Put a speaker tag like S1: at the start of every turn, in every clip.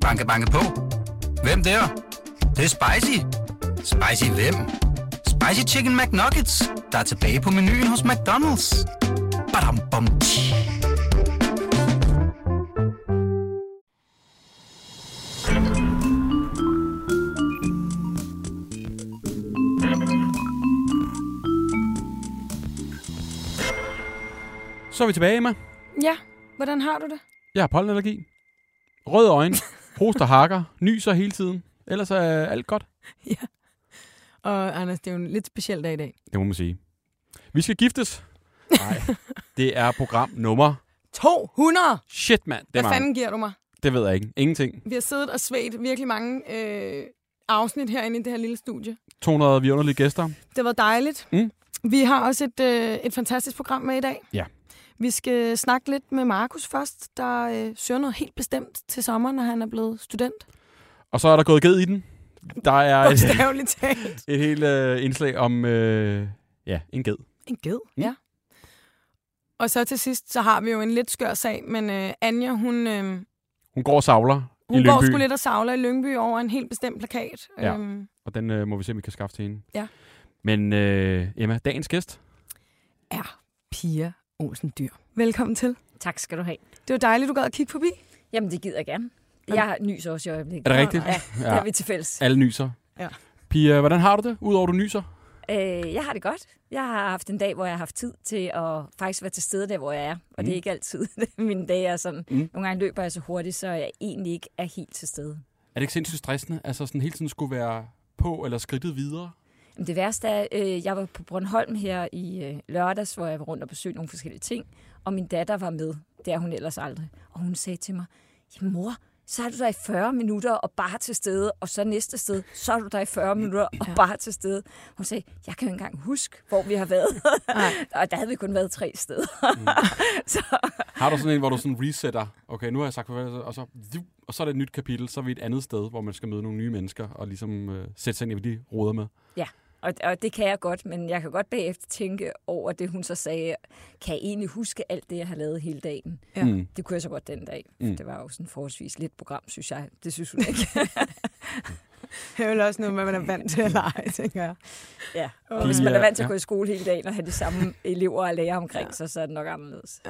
S1: Banke, banke på. Hvem der? Det, er? det er spicy. Spicy hvem? Spicy Chicken McNuggets, der er tilbage på menuen hos McDonald's. Badum, bom, tji.
S2: Så er vi tilbage, Emma.
S3: Ja, hvordan har du det?
S2: Jeg har pollenallergi. Røde øjne. Hoster hakker. Nyser hele tiden. Ellers er alt godt.
S3: Og Anders, det er jo en lidt speciel dag i dag.
S2: Det må man sige. Vi skal giftes. Nej, det er program nummer.
S3: 200!
S2: Shit, mand. Det, er
S3: Hvad
S2: mange.
S3: fanden giver du mig?
S2: det ved jeg ikke. Ingenting.
S3: Vi har siddet og svedt virkelig mange øh, afsnit herinde i det her lille studie.
S2: 200 vidunderlige gæster.
S3: Det har været dejligt.
S2: Mm.
S3: Vi har også et, øh, et fantastisk program med i dag.
S2: Ja.
S3: Vi skal snakke lidt med Markus først, der øh, søger noget helt bestemt til sommer, når han er blevet student.
S2: Og så er der gået ged i den. Der er et,
S3: Bogstaveligt talt.
S2: et helt øh, indslag om øh, ja, en ged.
S3: En ged,
S2: Mm.
S3: ja. Og så til sidst, så har vi jo en lidt skør sag, men øh, Anja, hun, øh,
S2: Hun går og savler i
S3: hun
S2: Lyngby.
S3: går sgu lidt og savler i Lyngby over en helt bestemt plakat.
S2: Ja.
S3: Øhm,
S2: Og den øh, må vi se, om vi kan skaffe til hende.
S3: Ja.
S2: Men øh, Emma, dagens gæst.
S3: er Pia Olsen Dyr. Velkommen til.
S4: Tak skal du have.
S3: Det var dejligt, du gad at kigge forbi.
S4: Jamen, det gider jeg gerne. Jeg nyser også i øjeblikket.
S2: Er det rigtigt?
S4: Ja, det har vi til fælles.
S2: Alle nyser.
S3: Ja.
S2: Pia, hvordan har du det, udover du nyser?
S4: Øh, jeg har det godt. Jeg har haft en dag, hvor jeg har haft tid til at faktisk være til stede der, hvor jeg er. Og mm. det er ikke altid, mine dage er sådan. Mm. Nogle gange løber jeg så hurtigt, så jeg egentlig ikke er helt til stede.
S2: Er det ikke sindssygt stressende? Altså sådan hele tiden skulle være på eller skridtet videre?
S4: Jamen, Det værste er, øh, jeg var på Bornholm her i øh, lørdags, hvor jeg var rundt og besøgte nogle forskellige ting, og min datter var med. Det er hun ellers aldrig. Og hun sagde til mig, jamen mor, så er du der i 40 minutter og bare til stede, og så næste sted, så er du der i 40 minutter og bare til stede. Hun sagde, jeg kan jo ikke engang huske, hvor vi har været. og der havde vi kun været tre steder.
S2: Har du sådan en, hvor du sådan resetter? Okay, nu har jeg sagt farvel, og så, og så er det et nyt kapitel. Så er vi et andet sted, hvor man skal møde nogle nye mennesker og ligesom øh, sætte sig ind i, hvad de råder med.
S4: Ja, og, og det kan jeg godt, men jeg kan godt bagefter tænke over det, hun så sagde. Kan jeg egentlig huske alt det, jeg har lavet hele dagen?
S3: Ja.
S2: Mm.
S4: Det kunne jeg så godt den dag.
S2: Mm.
S4: Mm. Det var jo sådan forholdsvis lidt program, synes jeg. Det synes hun ikke.
S3: Det er vel også noget, med, man er vant til at lege, tænker jeg.
S4: ja.
S3: Pia,
S4: Og hvis man er vant til
S2: ja.
S4: at gå i skole hele dagen og have de samme elever og lærere omkring ja. sig, så er det nok anderledes.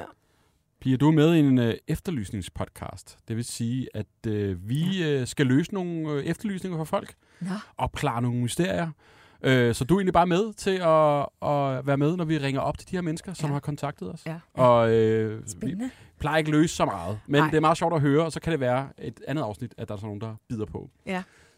S2: Pia, du er med i en øh, efterlysningspodcast. Det vil sige, at øh, vi øh, skal løse nogle øh, efterlysninger for folk.
S4: Nå.
S2: opklare nogle mysterier. Øh, så du er egentlig bare med til at, at være med, når vi ringer op til de her mennesker, som
S3: Ja.
S2: har kontaktet os.
S3: Ja.
S2: Og øh, vi
S4: Spændende.
S2: plejer ikke at løse så meget, men
S3: Nej.
S2: Nej. det er meget sjovt at høre, og så kan det være et andet afsnit, at der er sådan nogen, der bider på.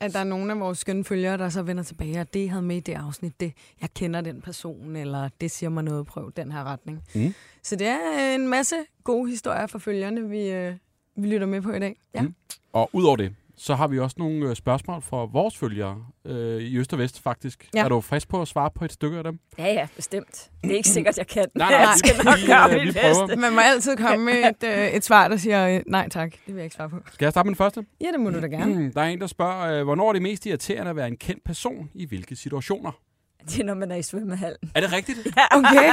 S3: At der er nogle af vores skønne følgere, der så vender tilbage, og det, I havde med i det afsnit, det, jeg kender den person, eller det siger mig noget, prøv den her retning.
S2: Mm.
S3: Så det er øh, en masse gode historier fra følgerne, vi, øh, vi lytter med på i dag. Ja.
S2: Mm. Og udover det, så har vi også nogle øh, spørgsmål fra vores følgere øh, i Øst og Vest faktisk.
S3: Ja.
S2: Er du frisk på at svare på et stykke af dem?
S4: Ja, ja, bestemt. Det er ikke sikkert, jeg kan.
S2: Nej, nej,
S4: jeg skal nok
S2: vi,
S4: gøre
S2: øh, vi
S4: mit
S2: prøver.
S4: bedste.
S3: Man må altid komme med et, øh, et svar, der siger, øh, nej tak, det vil jeg ikke svare på.
S2: Skal jeg starte med den første?
S3: Ja, det må du da gerne.
S2: der er en, der spørger, øh, hvornår er det mest irriterende at være en kendt person i hvilke situationer?
S4: Det er, når man er i svømmehallen.
S2: Er det rigtigt?
S3: Okay,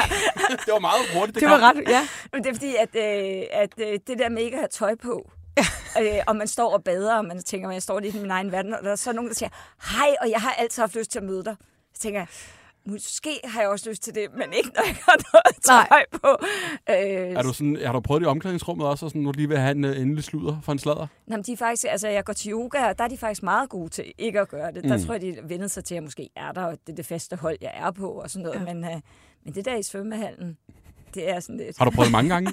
S2: det var meget hurtigt.
S3: det
S2: kom.
S3: var ret, ja.
S4: Men det er fordi, at, øh, at øh, det der med ikke at have tøj på, øh, og man står og bader, og man tænker, at jeg står lidt i min egen verden, og der er så nogen, der siger, hej, og jeg har altid haft lyst til at møde dig. Så tænker jeg, måske har jeg også lyst til det, men ikke når jeg har noget
S3: Nej.
S4: tøj på. Øh,
S2: Er du sådan, har du prøvet det i omklædningsrummet også, og sådan, nu lige vil have en, øh, en lille sludder for en sladder?
S4: Nå, men de er faktisk, altså, jeg går til yoga, og der er de faktisk meget gode til ikke at gøre det.
S2: Mm.
S4: Der tror jeg, de vendte sig til, at jeg måske er der, og det er det faste hold, jeg er på, og sådan noget. Men, øh, men det der i svømmehallen, det er sådan lidt...
S2: Har du prøvet det mange gange?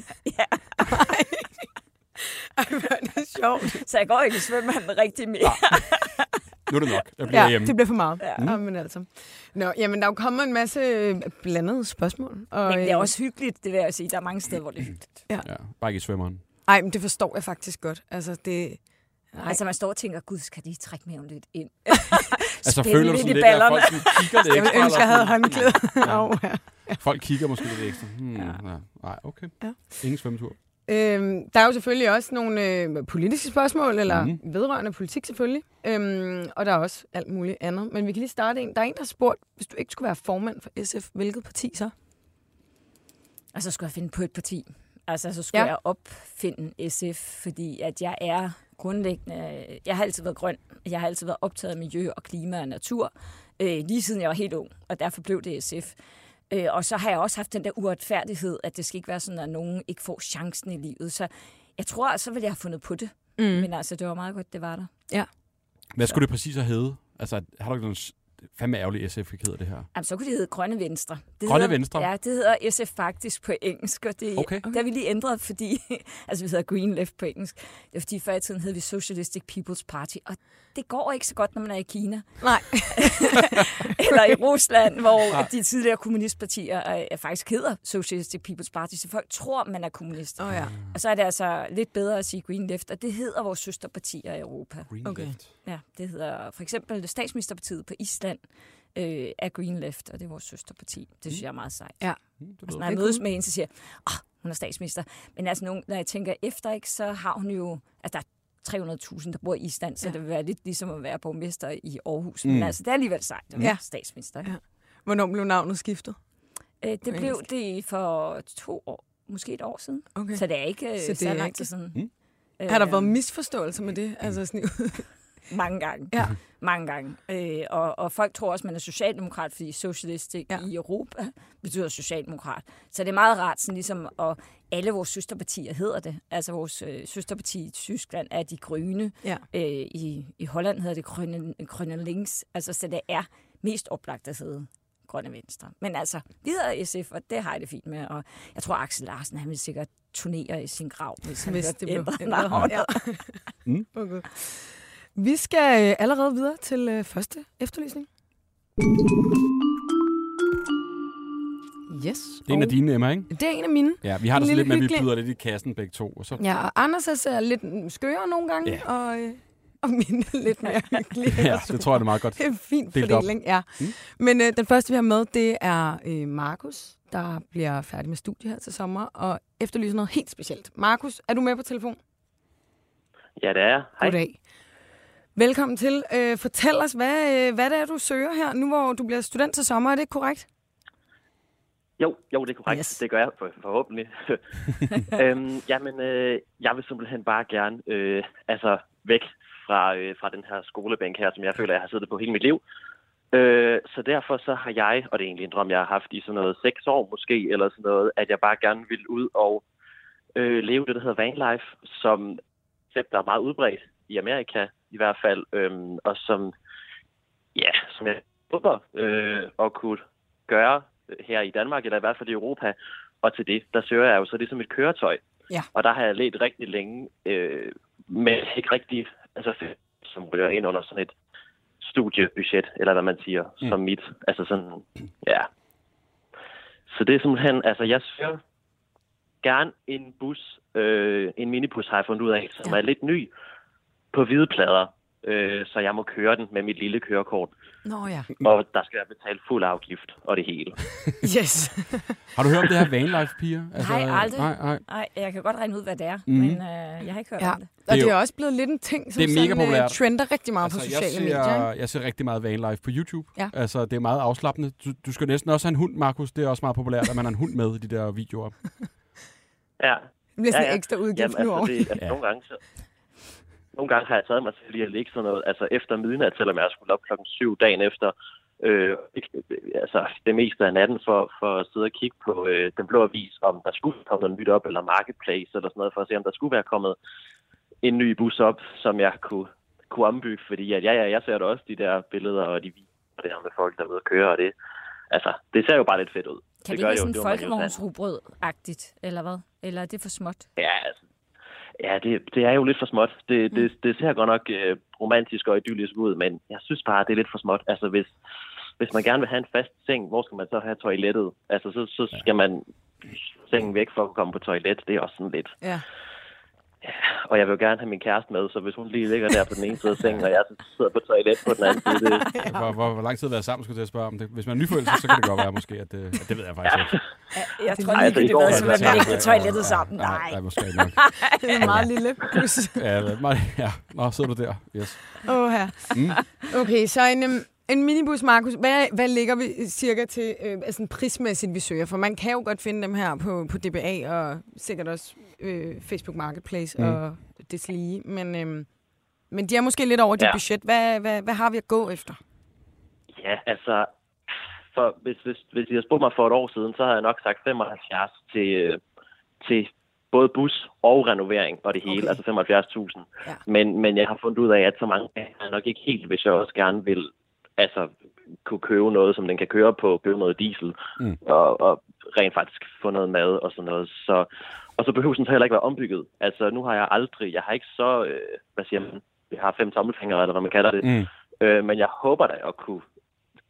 S3: Ej, hvor er det sjovt.
S4: Så jeg går ikke i svømmehallen rigtig mere.
S2: Nu er det nok. Jeg bliver
S3: Ja,
S2: ja, hjemme.
S3: det
S2: Det...
S3: bliver for meget.
S4: Ja.
S3: Ja. men altså. Nå, jamen, der er jo kommet en masse øh, blandede spørgsmål. Og,
S4: Men det er
S3: øh,
S4: også hyggeligt, det vil jeg sige. Der er mange steder, hvor det er hyggeligt.
S2: Ja, bare ikke i svømmeren.
S3: Ej, men det forstår jeg faktisk godt. Altså, det... Nej.
S4: Altså, man står og tænker, gud, skal de trække maven lidt ind?
S2: Altså
S4: Spænde
S2: føler du
S4: lidt
S2: sådan
S4: i
S2: lidt, at
S4: ballerne.
S2: folk sådan kigger lidt
S3: Jeg
S2: ekstra?
S3: ville ønske, jeg
S2: eller
S3: havde
S2: sådan-
S3: håndklæder
S2: Ja.
S3: over.
S2: Folk kigger måske lidt ekstra. Hmm, ja. Ja. Nej, okay.
S3: Ja.
S2: Ja. Ingen svømmetur.
S3: Øhm, der er jo selvfølgelig også nogle øh, politiske spørgsmål, eller mm.
S2: Mhm.
S3: vedrørende politik selvfølgelig. Øhm, og der er også alt muligt andet. Men vi kan lige starte en. Der er en, der har spurgt, hvis du ikke skulle være formand for SF, hvilket parti så?
S4: Og så skulle jeg finde på et parti. Altså, så skulle
S3: Ja.
S4: ja. jeg opfinde SF, fordi at jeg er grundlæggende... Jeg har altid været grøn. Jeg har altid været optaget af miljø og klima og natur, øh, lige siden jeg var helt ung, og derfor blev det SF. Øh, og så har jeg også haft den der uretfærdighed, at det skal ikke være sådan, at nogen ikke får chancen i livet. Så jeg tror, så ville jeg have fundet på det.
S3: Mm.
S4: Mm. Men altså, det var meget godt, det var der.
S2: Hvad skulle det præcis have heddet? Altså, har du ikke nogen s- fandme ærgerlig SF, ikke hedder det her?
S4: Jamen, så kunne de hedde Grønne Venstre. Det
S2: Grønne
S4: hedder,
S2: Venstre?
S4: Ja, det hedder SF faktisk på engelsk, og det,
S2: Okay.
S4: okay. der vi lige ændret, fordi altså, vi hedder Green Left på engelsk. Det er fordi, før i tiden hed vi Socialistic People's Party, og det går ikke så godt, når man er i Kina.
S3: Nej.
S4: Eller i Rusland, hvor de tidligere kommunistpartier øh, faktisk hedder Socialistic People's Party, så folk tror, man er kommunist.
S2: Ah.
S3: Åh oh, ja.
S4: Og så er det altså lidt bedre at sige Green Left, og det hedder vores søsterpartier i Europa.
S2: Green
S3: Okay.
S2: Left.
S4: Ja, det hedder for eksempel Statsministerpartiet på Island øh, er Green Left, og det er vores søsterparti. Det synes jeg er meget sejt.
S3: Ja.
S2: Mm, det
S4: Altså,
S2: lyder-
S4: når jeg mødes med hende, så siger jeg, åh, oh, hun er statsminister. Men altså, nogen, når jeg tænker efter, ikke, så har hun jo... Altså, der er 300.000, der bor i Island, så
S3: Ja.
S4: ja. det vil være lidt ligesom at være borgmester i Aarhus.
S2: Mm.
S4: Mm. Men altså, det er alligevel sejt at være
S3: Ja.
S4: ja. statsminister. Ikke?
S3: Ja. Hvornår blev navnet skiftet?
S4: Ja. Øh, det
S3: På
S4: blev det for to år, måske et år siden.
S3: Okay.
S4: Okay. Så det er ikke øh,
S3: Så det
S4: så
S3: er
S4: lang
S3: ikke-
S4: tid siden.
S2: Mm.
S4: Øh,
S3: Har der været misforståelser med det? Altså sådan,
S4: Mange gange.
S3: Ja.
S4: Mange gange. Øh, og, og folk tror også, man er socialdemokrat, fordi socialistik
S3: Ja.
S4: ja. i Europa betyder socialdemokrat. Så det er meget rart, sådan ligesom, og alle vores søsterpartier hedder det. Altså vores øh, søsterparti i Tyskland er de grønne.
S3: Ja.
S4: Øh, i, I Holland hedder det grønne, grønne links. Altså, så det er mest oplagt at hedde grønne venstre. Men altså, vi hedder SF, og det har jeg det fint med. Og jeg tror, Axel Larsen, han vil sikkert turnere i sin grav, hvis han
S3: hvis
S4: hørte
S3: det blev
S4: ændret
S3: ændret.
S4: navn.
S3: Ja.
S2: Mm.
S3: Okay. Vi skal øh, allerede videre til øh, første efterlysning. Yes.
S2: Det er en af dine, Emma, ikke?
S3: Det er en af mine.
S2: Ja, vi har
S3: Oh. En
S2: det sådan
S3: lille
S2: lidt med, at vi
S3: hyggelig-
S2: byder lidt i kassen begge to. Og så,
S3: Ja, og Anders er ser lidt mm, skøre nogle gange,
S2: Ja.
S3: og, øh, og mine er lidt mere hyggelige.
S2: ja, det tror jeg, det er meget godt.
S3: Det er en fin
S2: Delt op.
S3: fordeling, ja.
S2: Mm.
S3: Mm. Men øh, den første, vi har med, det er øh, Markus, der bliver færdig med studie her til sommer, og efterlyser noget helt specielt. Markus, er du med på telefon?
S5: Ja, det er jeg. Hej.
S3: Goddag. Velkommen til. Øh, fortæl os, hvad, øh, hvad det er, du søger her, nu hvor du bliver student til sommer. Er det korrekt?
S5: Jo, jo, det er korrekt.
S3: Yes.
S5: Yes. Det gør jeg for, forhåbentlig. øhm, jamen, øh, jeg vil simpelthen bare gerne øh, altså væk fra, øh, fra den her skolebænk her, som jeg føler, jeg har siddet på hele mit liv. Øh, så derfor så har jeg, og det er egentlig en drøm, jeg har haft i sådan noget seks år måske, eller sådan noget, at jeg bare gerne vil ud og øh, leve det, der hedder vanlife, som selv der er meget udbredt i Amerika i hvert fald, øhm, og som, ja, som jeg håber øh, at kunne gøre øh, her i Danmark, eller i hvert fald i Europa. Og til det, der søger jeg jo så ligesom et køretøj.
S3: Ja.
S5: Og der har jeg let rigtig længe, øh, men ikke rigtig, altså som rører ind under sådan et studiebudget, eller hvad man siger,
S2: Mm.
S5: mm. som mit. Altså sådan, ja. Så det er simpelthen, altså jeg søger gerne en bus, øh, en minibus har jeg fundet ud af, som
S3: Ja.
S5: ja. er lidt ny på hvide plader, øh, så jeg må køre den med mit lille kørekort.
S3: Nå ja.
S5: Og der skal jeg betale fuld afgift og det hele.
S3: Yes.
S2: Har du hørt om det her vanlife, piger? Altså,
S4: Nej, aldrig.
S2: Nej, nej.
S4: Nej, jeg kan godt regne ud, hvad det er,
S2: Mhm.
S4: mm. men øh, jeg har ikke hørt
S3: Ja.
S4: ja. om det.
S3: Og
S2: Det er
S3: det er
S2: jo-
S3: også blevet lidt en ting, som
S2: Det er mega
S3: sådan, øh,
S2: populært.
S3: trender rigtig meget altså, på
S2: jeg
S3: sociale
S2: ser,
S3: medier.
S2: Jeg ser rigtig meget vanlife på YouTube.
S3: Ja.
S2: Altså, det er meget afslappende. Du, du skal næsten også have en hund, Markus. Det er også meget populært, at man har en hund med i de der videoer.
S5: Ja,
S3: Det bliver sådan en
S5: ja, ja.
S3: ekstra udgift
S5: Jamen,
S3: nu over.
S5: altså, det, altså,
S2: Ja.
S5: ja. nogle gange, så, nogle gange har jeg taget mig til lige at ligge sådan noget, altså efter midnat, selvom jeg skulle op klokken syv dagen efter, øh, ikke- altså det meste af natten for, for at sidde og kigge på øh, den blå avis, om der skulle komme noget nyt op, eller marketplace eller sådan noget, for at se, om der skulle være kommet en ny bus op, som jeg kunne, kunne ombygge, fordi at, ja, ja, jeg ser da også de der billeder og de videoer der med folk, der er ude at køre, og det, altså, det ser jo bare lidt fedt ud.
S4: Kan det,
S5: gør
S4: ikke være
S5: jo,
S4: sådan
S5: var man jo vant til.
S4: folkevognsrubrød-agtigt, eller hvad? Eller er det for småt?
S5: Ja, altså, ja det, det er jo lidt for småt. Det, det, det ser godt nok øh, romantisk og idyllisk ud, men jeg synes bare, det er lidt for småt. Altså, hvis, hvis man gerne vil have en fast seng, hvor skal man så have toilettet? Altså, så, så skal man sengen væk for at komme på toilet. Det er også sådan lidt.
S3: Ja.
S5: Og jeg vil jo gerne have min kæreste med, så hvis hun lige ligger der på den ene side af sengen, og jeg så sidder på toilet på den anden side, det,
S2: Hvor, hvor, hvor lang tid har været sammen, skulle jeg til at spørge om det. Hvis man er nyforelsket, så kan det godt være måske, at, øh, at det ved jeg faktisk ikke.
S4: Jeg
S3: tror ikke,
S5: det var sådan, at man
S2: Nej, nej, Nej, nej måske ikke nok.
S3: Det er en meget lille plus.
S2: Ja, det er meget- ja. Nå, sidder du der. Yes.
S3: Åh, her.
S2: Mm.
S3: Okay, så en, øhm, en minibus, Markus. Hvad, hvad ligger vi cirka til øh, altså prismæssigt, vi søger? For man kan jo godt finde dem her på, på DBA og sikkert også øh, Facebook Marketplace
S2: Mm.
S3: mm. og deslige. Men øh, Men de er måske lidt over dit
S5: Ja.
S3: budget. Hvad, hvad, hvad har vi at gå efter?
S5: Ja, altså, for, hvis, hvis, hvis I havde spurgt mig for et år siden, så havde jeg nok sagt 75 til, øh, til både bus og renovering og det hele,
S3: Okay.
S5: okay. altså 75.000.
S3: Ja.
S5: Men, men jeg har fundet ud af, at så mange er jeg nok ikke helt, hvis jeg også gerne vil altså, kunne købe noget, som den kan køre på, købe noget diesel
S2: Mm.
S5: mm. og, og rent faktisk få noget mad og sådan noget. Så, og så behøver den så heller ikke være ombygget. Altså, nu har jeg aldrig, jeg har ikke så, øh, hvad siger man, jeg har fem tommelfingre, eller hvad man kalder det.
S2: Mm.
S5: Øh, men jeg håber da at kunne,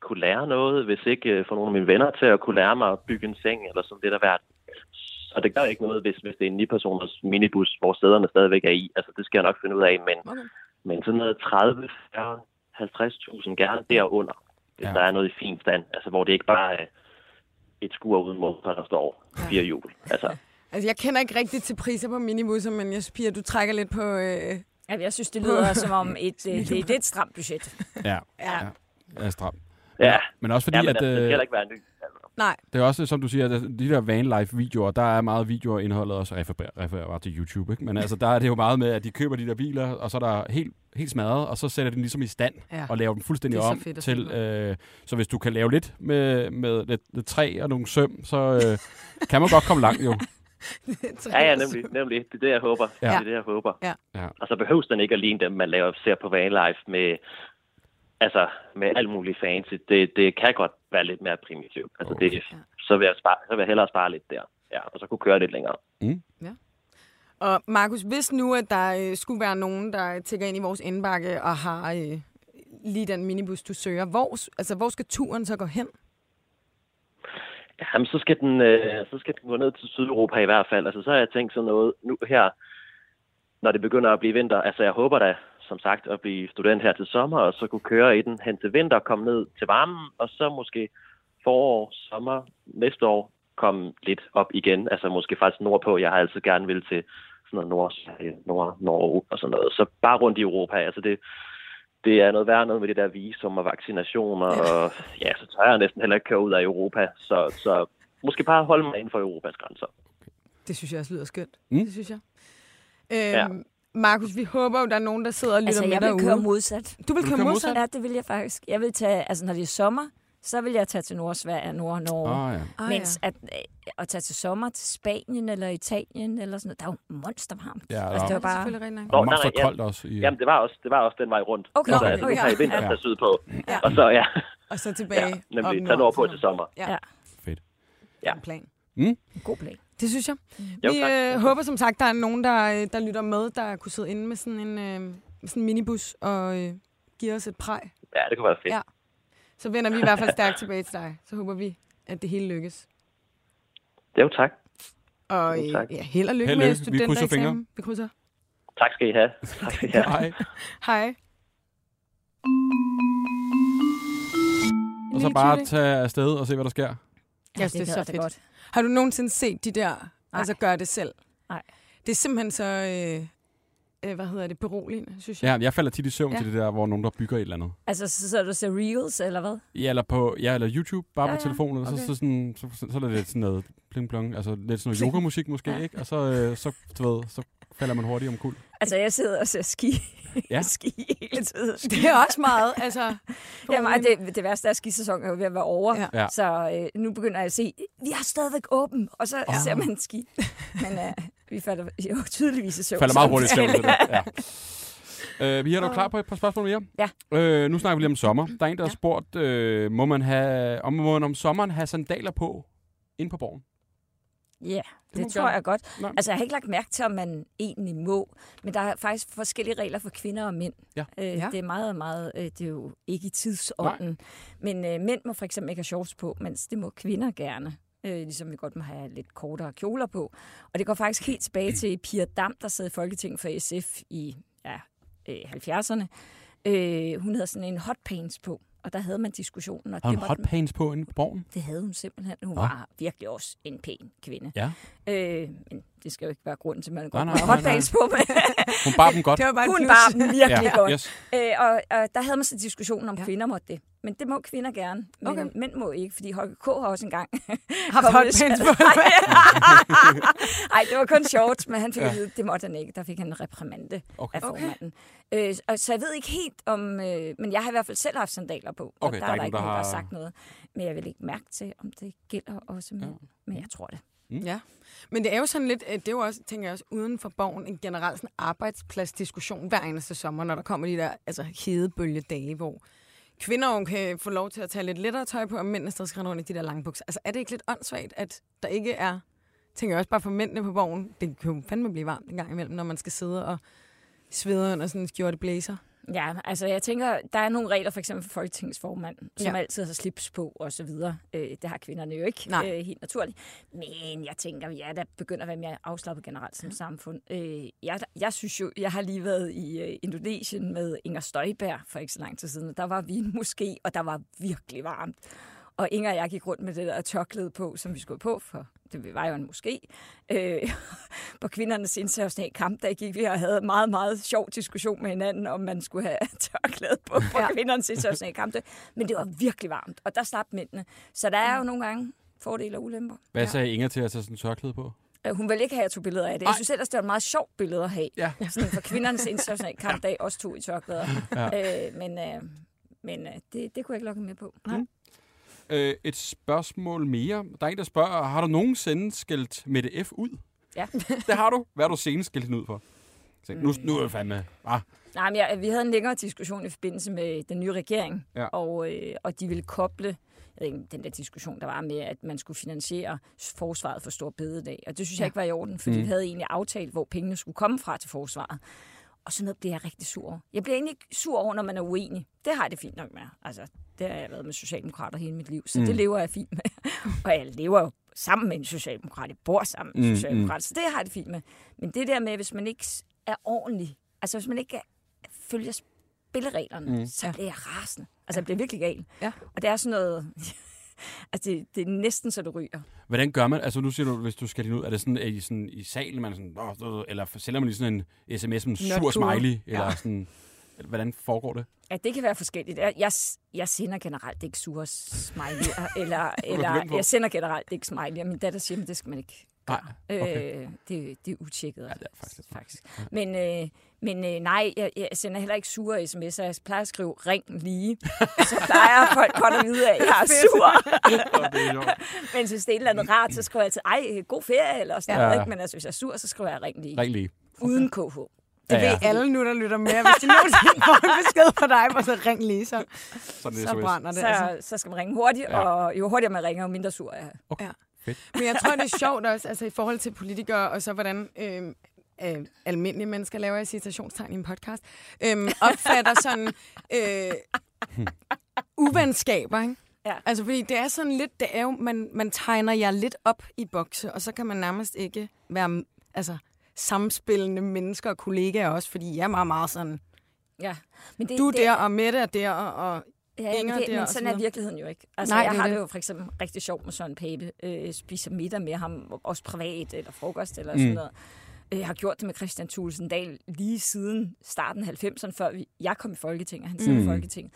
S5: kunne lære noget, hvis ikke øh, få nogle af mine venner til at kunne lære mig at bygge en seng eller sådan lidt af hvert. Og det gør ikke noget, hvis, hvis det er en 9-personers minibus, hvor sæderne stadigvæk er i. Altså, det skal jeg nok finde ud af, men,
S3: Okay.
S5: men sådan noget 30, 40, 50.000 gerne derunder, hvis
S2: Ja.
S5: ja. der er noget i fin stand. Altså, hvor det ikke bare er et skur uden motor, der står fire hjul. Altså,
S3: Altså, jeg kender ikke rigtigt til priser på minibusser, men jeg spiger, du trækker lidt på... Øh,
S4: Ja, jeg synes, det lyder som om et, øh, det, det er et stramt budget.
S2: Ja,
S3: ja.
S2: Ja. jeg er stram.
S5: ja.
S2: Men også fordi,
S5: ja, men
S2: at...
S5: altså, det skal
S2: Øh,
S5: heller ikke være en ny.
S3: Nej,
S2: det er også, som du siger, at de der vanlife-videoer, der er meget videoer indholdet også referer, referer bare til YouTube, ikke? Men altså, der er det jo meget med, at de køber de der biler, og så er der helt, helt smadret, og så sætter de den ligesom i stand,
S3: Ja.
S2: og laver dem fuldstændig
S3: Det er så
S2: om
S3: fedt at se
S2: til...
S3: på.
S2: Øh, så hvis du kan lave lidt med, med lidt, lidt træ og nogle søm, så øh, kan man godt komme langt jo.
S5: Ja, ja, nemlig, nemlig. Det er det, jeg håber.
S2: Ja.
S5: Ja. Det er det, jeg håber.
S3: altså. Ja.
S2: Ja.
S5: Og så behøves den ikke at ligne dem, man laver, ser på vanlife med, altså, med alt muligt fancy. Det, det kan godt være lidt mere primitivt. Altså, okay. det, så, vil jeg spare, så vil jeg hellere spare lidt der. Ja, og så kunne køre lidt længere.
S3: Og Markus, hvis nu, at der øh, skulle være nogen, der tækker ind i vores indbakke og har øh, lige den minibus, du søger, hvor, altså, hvor skal turen så gå hen?
S5: Jamen, så skal, den, øh, så skal den gå ned til Sydeuropa i hvert fald. Altså, så har jeg tænkt sådan noget nu her, når det begynder at blive vinter. Altså, jeg håber da, som sagt, at blive student her til sommer, og så kunne køre i den hen til vinter, komme ned til varmen, og så måske forår, sommer, næste år komme lidt op igen. Altså, måske faktisk nordpå. Jeg har altid gerne vil til sådan noget nord, nord, Norge og sådan noget. Så bare rundt i Europa. Altså, det, det er noget værd noget med det der visum og vaccinationer, og ja, så tør jeg næsten heller ikke køre ud af Europa, så, så måske bare holde mig inden for Europas grænser.
S3: Det synes jeg også lyder skønt.
S2: Mm.
S3: Det synes jeg. Øhm, ja. Markus, vi håber jo, der er nogen, der sidder og lytter
S4: Altså,
S3: med
S4: jeg
S3: derude.
S4: vil køre modsat.
S3: Du vil køre
S2: køre
S3: modsat?
S4: Ja, det vil jeg faktisk. Jeg vil tage, altså når det er sommer, så vil jeg tage til Nordsverige og Nord-Norge.
S2: Åh, ja.
S3: Ah,
S4: Mens at, øh, at tage til sommer til Spanien eller Italien eller sådan noget, der er jo monstervarmt.
S2: Ja, der
S4: altså, det
S2: er-
S4: var
S3: Det er
S4: bare...
S3: selvfølgelig rigtig nok.
S5: Nå,
S2: Og
S5: nej,
S2: monster
S5: nej, ja.
S2: koldt også. I, øh,
S5: Jamen, det var også, det var også den vej rundt.
S4: Okay,
S5: Så altså, nu
S4: okay.
S5: tager I vinter
S4: Ja.
S5: ja. til sydpå,
S3: Ja.
S5: og så ja,
S3: Og så
S5: ja
S3: tilbage. op
S5: nemlig,
S3: nord.
S5: tag nordpå til sommer.
S3: Ja.
S4: Ja.
S2: Fedt.
S5: Ja.
S3: En plan.
S4: En god plan.
S3: Det synes jeg.
S5: Jo,
S3: vi
S5: tak.
S3: øh, håber som sagt, der er nogen, der, øh, der lytter med, der kunne sidde inde med sådan en, øh, med sådan en minibus og øh, give os et præg.
S5: Ja, det kunne være fedt.
S3: Ja. Så vender vi i hvert fald stærkt tilbage til dig. Så håber vi, at det hele lykkes.
S5: Jo, tak.
S3: Og
S5: Jo, tak.
S3: øh, ja, held og lykke
S2: Held og
S3: med
S2: lykke. Vi krydser fingre.
S3: studentereksamen. Vi krydser.
S5: Tak skal I have. Tak skal I have.
S2: Hej.
S3: Hej.
S2: Og så
S3: Lille
S2: bare
S3: Tutte.
S2: tage afsted og se, hvad der sker.
S4: Ja,
S3: synes, det er så
S4: gad jeg da
S3: fedt. Har du nogensinde set de der, Nej. altså gør det selv?
S4: Nej.
S3: Det er simpelthen så, øh, øh, hvad hedder det, beroligende, synes jeg.
S2: Ja, jeg falder tit i søvn ja.
S3: Ja.
S2: til det der, hvor nogen der bygger et eller andet.
S4: Altså, så sidder du og ser reels, eller hvad?
S2: Ja, eller på ja, eller YouTube, bare ja,
S4: Ja,
S2: på
S4: ja.
S2: telefonen, okay. og så, så, sådan, så, så, så er det lidt sådan noget pling plong, altså lidt sådan noget
S4: Pling.
S2: yogamusik måske, ja.
S4: Ja.
S2: ikke? Og så, øh, så, du ved, så falder man hurtigt om kul.
S4: Altså, jeg sidder og ser ski,
S2: Ja.
S4: ja. ski hele tiden.
S3: Det er også meget, altså...
S4: Jamen, ej, det, det værste er, at skisæsonen er jo ved at være over.
S3: Ja.
S2: Ja.
S4: Så øh, nu begynder jeg at se, vi er stadigvæk åben, og så
S2: Åh.
S4: oh. ser man ski. Men øh, vi falder jo tydeligvis i søvn.
S2: Falder meget hurtigt i søvn
S4: samtidig.
S2: til det. Ja. Øh, vi er da klar på et par spørgsmål mere.
S4: Ja.
S2: Øh, nu snakker vi lige om sommer. Der er en, der har spurgt, øh, må, man have, om, må man om sommeren have sandaler på ind på borgen?
S4: Ja, yeah,
S2: må
S4: det,
S2: man
S4: det tror
S2: gerne.
S4: jeg godt.
S2: Nej.
S4: Altså, jeg har ikke lagt mærke til, om man egentlig må, men der er faktisk forskellige regler for kvinder og mænd.
S2: Ja.
S4: Øh,
S3: Ja.
S4: Det er meget, meget, øh, det er jo ikke i tidsånden. Men øh, mænd må for eksempel ikke have shorts på, mens det må kvinder gerne. Øh, ligesom vi godt må have lidt kortere kjoler på. Og det går faktisk helt tilbage til Pia Dam, der sad i Folketinget for SF i ja, øh, 70'erne. Øh, hun havde sådan en hot pants på, og der havde man diskussionen. Og
S2: Har
S4: det,
S2: hun hot
S4: måtte-
S2: pants på inde på borgen?
S4: det havde hun simpelthen. Hun
S2: Nå.
S4: var virkelig også en pæn kvinde.
S2: Ja.
S4: Øh, men det skal jo ikke være grunden til, at man
S2: Nej,
S4: godt må
S2: nej,
S4: have
S2: nej,
S4: hotdags på, men
S2: Hun bar dem godt.
S3: Det var bare et
S4: hun
S3: plus.
S4: var virkelig ja. godt.
S2: yes.
S4: Øh, og, og der havde man så diskussionen om, ja. kvinder måtte det. Men det må kvinder gerne. Men
S3: Okay.
S4: okay. mænd må ikke, fordi Holger K. har også engang...
S3: Haft
S4: kommet lidt
S3: hotpants
S4: skade.
S3: på.
S4: Nej. Ej, det var kun shorts, men han fik ja. at vide, det måtte han ikke. Der fik han en reprimande
S2: Okay.
S4: af formanden. Okay. Øh, og, så jeg ved ikke helt om... Øh, men jeg har i hvert fald selv haft sandaler på, og
S2: Okay,
S4: der,
S2: der er
S4: er der
S2: ikke
S4: ikke
S2: nogen,
S4: nogen,
S2: der
S4: der har
S2: har-
S4: sagt noget. Men jeg vil ikke mærke til, om det gælder også med. Ja. Men jeg tror det.
S3: Ja, men det er jo sådan lidt, øh, det er jo også, tænker jeg også, uden for borgen, en generel sådan arbejdspladsdiskussion hver eneste sommer, når der kommer de der altså, hedebølgedage, hvor kvinder jo kan få lov til at tage lidt lettere tøj på, og mændene stadig skal rende rundt i de der lange bukser. Altså er det ikke lidt åndssvagt, at der ikke er, tænker jeg også bare for mændene på borgen, det kan jo fandme blive varmt en gang imellem, når man skal sidde og svede under sådan en skjorte blazer.
S4: Ja, altså jeg tænker, der er nogle regler for eksempel for folketingsformand, som
S3: Ja.
S4: ja. altid har slips på og så videre. Øh, det har kvinderne jo ikke,
S3: Nej.
S4: Øh, helt naturligt. Men jeg tænker, vi er da begyndt at være mere afslappet generelt som samfund. Øh, jeg, jeg synes jo, jeg har lige været i øh, Indonesien med Inger Støjberg for ikke så lang tid siden, og der var vi måske, og der var virkelig varmt. Og Inger og jeg gik rundt med det der tørklæde på, som vi skulle på, for det var jo en måske. Øh, på kvindernes internationale kamp, der gik vi og havde en meget, meget sjov diskussion med hinanden, om man skulle have tørklæde på på ja. kvindernes internationale kamp. Men det var virkelig varmt, og der slap mændene. Så der er jo nogle gange fordele og ulemper.
S2: Hvad sagde Inger til at tage sådan en tørklæde på?
S4: Øh, Hun ville ikke have, at jeg tog billeder af det. Jeg synes ellers, det var et meget sjovt billede at have.
S2: Ja.
S4: Sådan for kvindernes internationale kampdag, også to i tørklæder. Ja. Øh, men øh, men øh, det, det kunne jeg ikke lokke med på. Nej.
S2: Øh, et spørgsmål mere. Der er en, der spørger, har du nogensinde skældt Mette F. ud?
S4: Ja.
S2: Det har du. Hvad har du senest skældt hende ud for? Så, nu, nu er jeg fandme... Ah,
S4: Nej, men jeg, vi havde en længere diskussion i forbindelse med den nye regering,
S2: Ja.
S4: ja. og, øh, og de ville koble jeg ved ikke, den der diskussion, der var med, at man skulle finansiere forsvaret for stor bededag. Og det synes jeg ikke var i orden, fordi mm. vi havde egentlig aftalt, hvor pengene skulle komme fra til forsvaret. Og sådan noget bliver jeg rigtig sur over. Jeg bliver egentlig ikke sur over, når man er uenig. Det har jeg det fint nok med. Altså, det har jeg været med socialdemokrater hele mit liv, så mm. det lever jeg fint med. og jeg lever jo sammen med en socialdemokrat. Jeg bor sammen med en
S2: Mm,
S4: socialdemokrat, så det har jeg det fint med. Men det der med, hvis man ikke s- er ordentlig, altså hvis man ikke er- følger spillereglerne, mm. så bliver jeg rasende. Altså, jeg bliver virkelig gal.
S3: Ja.
S4: Og det er sådan noget... altså, det, det er næsten, så det ryger.
S2: Hvordan gør man? Altså nu siger du, hvis du skal hende ud, er det sådan, er I sådan i salen, man er sådan, "Åh, øh," eller sender man lige sådan en sms med en sur
S3: cool.
S2: smiley? Eller sådan, hvordan foregår det?
S4: Ja, det kan være forskelligt. Jeg, jeg, jeg sender generelt ikke sure smiley, eller,
S2: vent
S4: eller
S2: på.
S4: jeg sender generelt ikke smiley, og min datter siger, at det skal man ikke
S2: Nej, okay.
S4: Øh, det, det er utjekket. Ja, det
S2: er faktisk lidt
S4: faktisk. Men, øh, men øh, nej, jeg, jeg sender heller ikke sure sms'er. Jeg plejer at skrive, ring lige. Så plejer folk godt at vide, at jeg er sur. men hvis det er et eller andet rart, så skriver jeg altid, ej, god ferie, eller sådan
S2: Ja.
S4: noget. Ikke? Men altså, hvis jeg er sur, så skriver jeg, ring lige.
S2: Ring lige.
S4: Uden KH.
S3: Det
S2: Ja,
S3: ja,
S2: ja.
S3: ja. ved alle nu, der lytter med, og hvis de nogensinde får en besked fra dig, hvor så ring lige så,
S2: Sådan
S3: så brænder det. altså.
S4: Så, så skal man ringe hurtigt,
S2: Ja.
S4: ja. og jo hurtigere man ringer, jo mindre sur er jeg.
S3: Ja. Men jeg tror, det er sjovt også, altså i forhold til politikere, og så hvordan øh, øh, almindelige mennesker laver jeg citationstegn i en podcast, øh, opfatter sådan øh, uvenskaber, ikke?
S4: Ja.
S3: Altså, fordi det er sådan lidt, det er jo, man, man tegner jer lidt op i bokse, og så kan man nærmest ikke være altså, samspillende mennesker og kollegaer også, fordi jeg er meget, meget sådan,
S4: Ja. Men det,
S3: du er der, og Mette er der, og
S4: Ja,
S3: Inger
S4: men, det,
S3: der
S4: men
S3: og
S4: sådan
S3: så
S4: er
S3: videre.
S4: virkeligheden jo ikke. Altså,
S3: Nej,
S4: Nej, jeg
S3: det er
S4: har
S3: det.
S4: det jo for eksempel rigtig sjovt med Søren Pape. Øh, spiser middag med ham, også privat, eller frokost, eller mm. sådan noget. Øh, Jeg har gjort det med Christian Thulesen Dahl lige siden starten af 90'erne, før vi, jeg kom i Folketinget, og han sad mm. i Folketinget.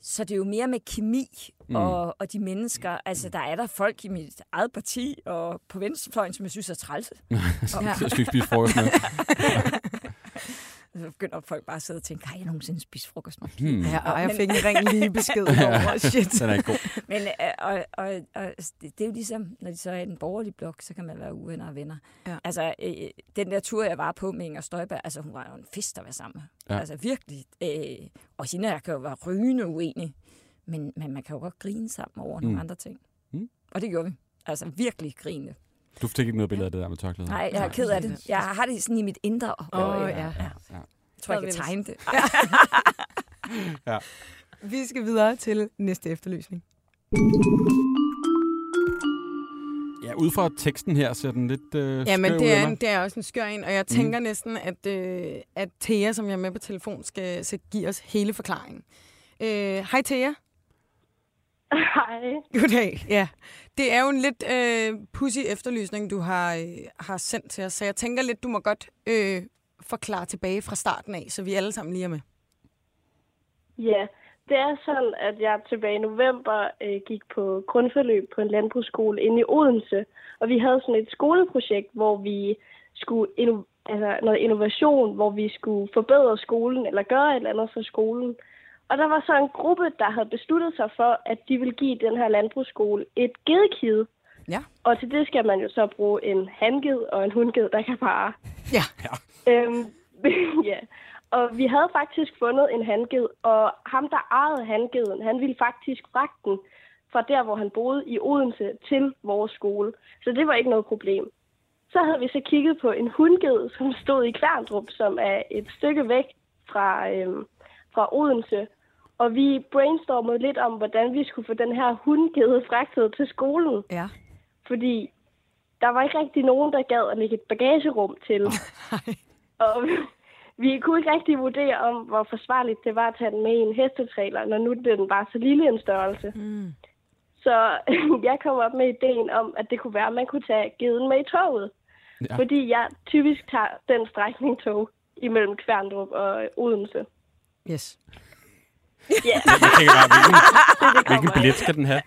S4: Så det er jo mere med kemi og, og de mennesker. Altså, der er der folk i mit eget parti og på venstrefløjen, som jeg synes er trælse.
S2: Ja. Så skal vi ikke spise frokost med.
S4: Så begynder folk bare at sidde og tænke, har jeg nogensinde spist frokost med
S3: og... Ja, og jeg
S4: men-
S3: fik en ring lige besked over, shit.
S2: Den er ikke god.
S4: Men øh, og, og, og, det er jo ligesom, når de så er i den borgerlige blok, så kan man være uvenner og venner.
S3: Ja.
S4: Altså, øh, den der tur, jeg var på med Inger Støjberg, altså hun var jo en fest at være sammen med.
S2: Ja.
S4: Ja. Altså virkelig. Øh, og hende og jeg kan jo være rygende uenig, men, men man kan jo godt grine sammen over mm. nogle andre ting.
S2: Mm.
S4: Og det gjorde vi. Altså virkelig grine.
S2: Du fik ikke noget billede af det der med tørklæde.
S4: Nej, jeg er ked af det. Jeg har det sådan i mit indre. Åh,
S3: Åh, ja.
S2: ja.
S4: Jeg tror, jeg
S3: Hvad
S4: kan
S3: vil du
S4: tegne det.
S3: Vi skal videre til næste efterlysning.
S2: ja, ud fra teksten her ser den lidt øh,
S3: Ja, men
S2: skæv ud,
S3: det er,
S2: Emma.
S3: en, det er også en skør en, og jeg tænker mm. næsten, at, øh, at Thea, som jeg er med på telefon, skal, skal give os hele forklaringen. Øh, Hej Thea.
S6: Hej.
S3: Goddag. Ja, det er jo en lidt øh, pussy efterlysning, du har, øh, har sendt til os, så jeg tænker lidt, du må godt øh, forklare tilbage fra starten af, så vi alle sammen lige er med.
S6: Ja, Det er sådan, at jeg tilbage i november øh, gik på grundforløb på en landbrugsskole inde i Odense. Og vi havde sådan et skoleprojekt, hvor vi skulle inno- altså noget innovation, hvor vi skulle forbedre skolen eller gøre et eller andet for skolen. Og der var så en gruppe, der havde besluttet sig for, at de ville give den her landbrugsskole et gedekide.
S3: Ja.
S6: Og til det skal man jo så bruge en hanged og en hundged, der kan pare.
S3: Ja.
S6: Øhm, ja. Og vi havde faktisk fundet en handged, og ham, der ejede handgeden, han ville faktisk fragte den fra der, hvor han boede i Odense, til vores skole. Så det var ikke noget problem. Så havde vi så kigget på en hundged, som stod i Kværndrup, som er et stykke væk fra, øhm, fra Odense. Og vi brainstormede lidt om, hvordan vi skulle få den her hundgede fragtet til skolen.
S3: Ja.
S6: Fordi der var ikke rigtig nogen, der gad at lægge et bagagerum til. Og vi kunne ikke rigtig vurdere om, hvor forsvarligt det var at tage den med i en hestetræler, når nu blev den bare så lille en størrelse.
S3: Mm.
S6: Så jeg kom op med ideen om, at det kunne være, at man kunne tage geden med i toget.
S2: Ja.
S6: Ja. Fordi jeg typisk tager den strækning tog imellem Kværndrup og Odense.
S3: Yes.
S6: Ja,
S2: Jeg tænker bare, hvilken,
S6: det
S2: hvilken
S6: kommer.
S2: billet skal den have?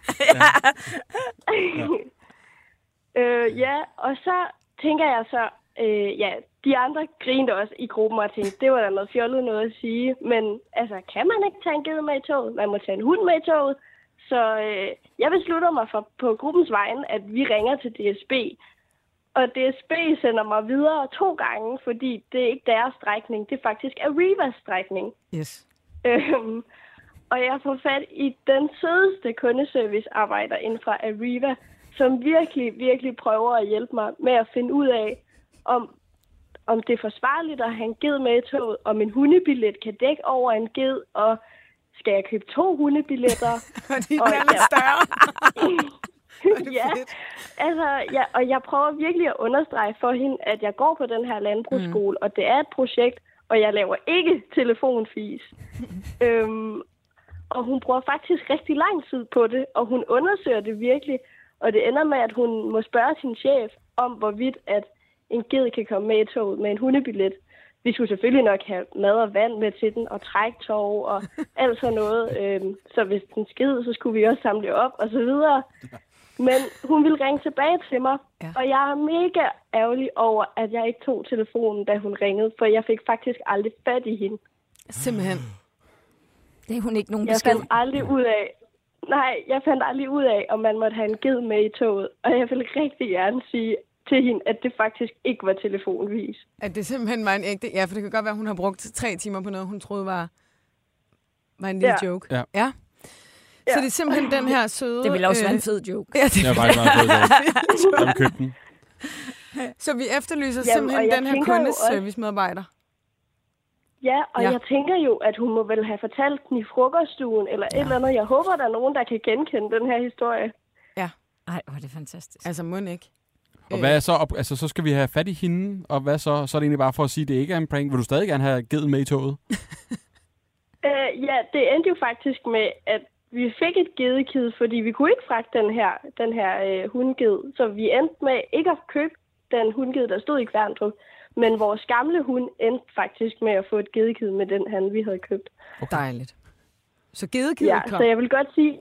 S6: øh, ja, og så tænker jeg så, øh, ja, de andre grinede også i gruppen, og jeg tænkte, det var da noget fjollet noget at sige. Men altså, kan man ikke tage en ged med i toget? Man må tage en hund med i toget. Så øh, jeg beslutter mig for, på gruppens vegne, at vi ringer til DSB. Og DSB sender mig videre to gange, fordi det er ikke deres strækning. Det er faktisk Arrivas strækning.
S3: Yes.
S6: Øhm, og jeg får fat i den sødeste kundeservicearbejder inden for Arriva, som virkelig, virkelig prøver at hjælpe mig med at finde ud af, om, om det er forsvarligt at have en ged med i toget, om en hundebillet kan dække over en ged, og skal jeg købe to hundebilletter?
S3: Fordi
S6: Og
S3: den er lidt
S6: ja.
S3: større.
S6: ja,
S3: fedt.
S6: altså, ja, og jeg prøver virkelig at understrege for hende, at jeg går på den her landbrugsskole, mm. og det er et projekt, og jeg laver ikke telefonfis. øhm, og hun bruger faktisk rigtig lang tid på det, og hun undersøger det virkelig, og det ender med, at hun må spørge sin chef om, hvorvidt at en ged kan komme med i toget med en hundebillet. Vi skulle selvfølgelig nok have mad og vand med til den, og træktog og alt sådan noget. Øhm, så hvis den sked, så skulle vi også samle det op, og så videre. Men hun ville ringe tilbage til mig,
S3: Ja.
S6: ja. og jeg er mega ærgerlig over, at jeg ikke tog telefonen, da hun ringede, for jeg fik faktisk aldrig fat i hende.
S3: Simpelthen.
S4: Det er hun ikke nogen
S6: Jeg
S4: besked.
S6: fandt aldrig ud af, nej, jeg fandt aldrig ud af, om man måtte have en ged med i toget, og jeg ville rigtig gerne sige til hende, at det faktisk ikke var telefonvis.
S3: At det simpelthen var en ægte... Ja, for det kan godt være, hun har brugt tre timer på noget, hun troede var, var en lille
S6: Ja.
S3: joke.
S2: Ja.
S3: ja. Så
S6: Ja.
S3: det er simpelthen den her søde...
S4: Det ville også være en
S3: øh,
S4: fed joke.
S3: Ja, det
S2: Jeg har faktisk bare fået det. Jeg købte den.
S3: Så vi efterlyser
S6: Jamen,
S3: simpelthen
S6: og jeg
S3: den her
S6: tænker jo
S3: kundeservice-medarbejder.
S6: Ja, og
S3: Ja.
S6: ja. jeg tænker jo, at hun må vel have fortalt den i frokoststuen, eller ja. et eller andet. Jeg håber, der er nogen, der kan genkende den her historie.
S4: Ej, hvor er det fantastisk.
S3: Altså, må ikke.
S2: Og hvad er så, op, altså, så skal vi have fat i hende, og hvad så? Så er det egentlig bare for at sige, at det ikke er en prank. Vil du stadig gerne have givet med i toget?
S6: Øh, ja, det endte jo faktisk med, at vi fik et gedekid, fordi vi kunne ikke fragte den her, den her øh, hundged. Så vi endte med ikke at købe den hundged, der stod i Kværndrup. Men vores gamle hund endte faktisk med at få et gedekid med den han, vi havde købt.
S3: Dejligt. Så gedekivet
S6: Ja,
S3: ja, kom.
S6: så jeg vil godt sige,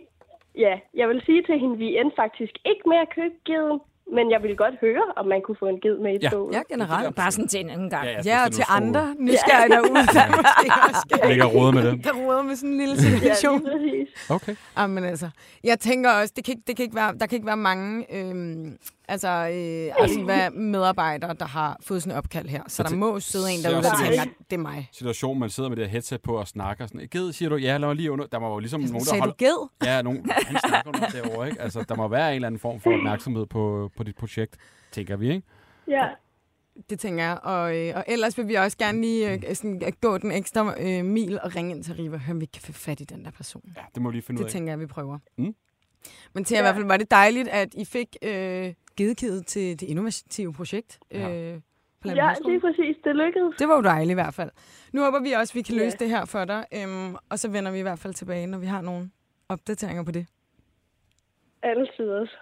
S6: ja, jeg vil sige til hende, vi endte faktisk ikke med at købe geden, men jeg ville godt høre, om man kunne få en ged med i
S2: Ja.
S6: toget.
S3: Ja, generelt.
S4: Bare sådan til en anden gang.
S3: Ja, og til andre nysgerrige derude, der måske også
S2: Jeg ligger og roder med det.
S3: der roder med sådan en lille
S6: Ja,
S3: situation.
S6: lige præcis.
S2: Okay.
S3: Jamen altså, jeg tænker også, det kan ikke, det kan ikke være, der kan ikke være mange øhm, altså, øh, altså, hvad medarbejdere, der har fået sådan en opkald her. Så
S2: Jeg
S3: der
S2: tæ-
S3: må sidde en
S2: ser
S3: derude, der
S2: også-
S3: tænker, det er mig.
S2: Situation, man sidder med det her headset på og snakker. Sådan, Ged, siger du, ja, lad mig lige under. Der var jo ligesom nogen, der
S3: Sagde du
S2: holdt...
S3: ged?
S2: Ja, nogen, han snakker nok derovre, ikke? Altså, der må være en eller anden form for opmærksomhed på, på dit projekt, tænker vi, ikke?
S6: Ja.
S3: Det tænker jeg. Og, øh, og ellers vil vi også gerne lige
S2: Mm.
S3: øh, sådan, gå den ekstra øh, mil og ringe ind til Riva og høre, om vi kan få fat i den der person.
S2: Ja, det må vi lige finde
S3: Det
S2: ud af.
S3: tænker jeg, vi prøver.
S2: Mm.
S3: Men til ja. i hvert fald var det dejligt, at I fik øh, gedekidet til det innovative projekt.
S2: Ja.
S3: Øh, på
S6: ja,
S3: Landbrugshøjskolen.
S6: lige præcis. Det lykkedes.
S3: det var jo dejligt i hvert fald. Nu håber vi også, at vi kan løse
S6: Ja.
S3: det her for dig, øhm, og så vender vi i hvert fald tilbage, når vi har nogle opdateringer på det.
S6: Altid også.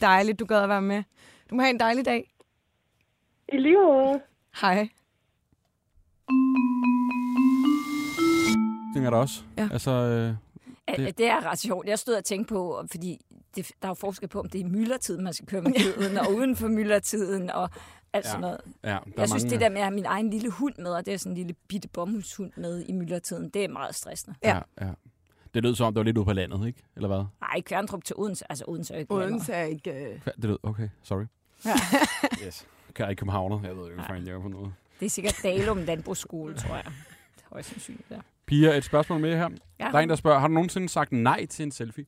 S3: Dejligt, du gad at være med. Du må have en dejlig dag.
S6: I lige måde.
S3: Hej.
S2: tænker jeg da også.
S3: Ja.
S2: Altså, øh,
S4: Det... det er ret sjovt. Jeg stod og tænkte på, fordi det, der er jo forskel på, om det er i myldretiden, man skal køre med køden, og uden for myldretiden, og alt ja. sådan noget.
S2: Ja, der
S4: Jeg synes,
S2: mange,
S4: det der med at have min egen lille hund med, og det er sådan en lille bitte bommelshund med i myldretiden, det er meget stressende.
S2: Ja, ja. Det lød som om, det var lidt ude på landet, ikke? Eller hvad?
S4: Nej, Kværndrup til Odense. Altså, Odense er jo ikke
S3: Odense er ikke... Øh...
S2: Kva- Det lød, okay, sorry. yes. Kan jeg ikke københavner? Jeg ved ikke, hvad fanden jeg er på noget.
S4: Det er sikkert Dalum Landbrugsskole, tror jeg. Det er højst sandsynligt, ja.
S2: Pia, et spørgsmål mere her.
S4: Ja.
S2: Der er en, der spørger, har du nogensinde sagt nej til en selfie?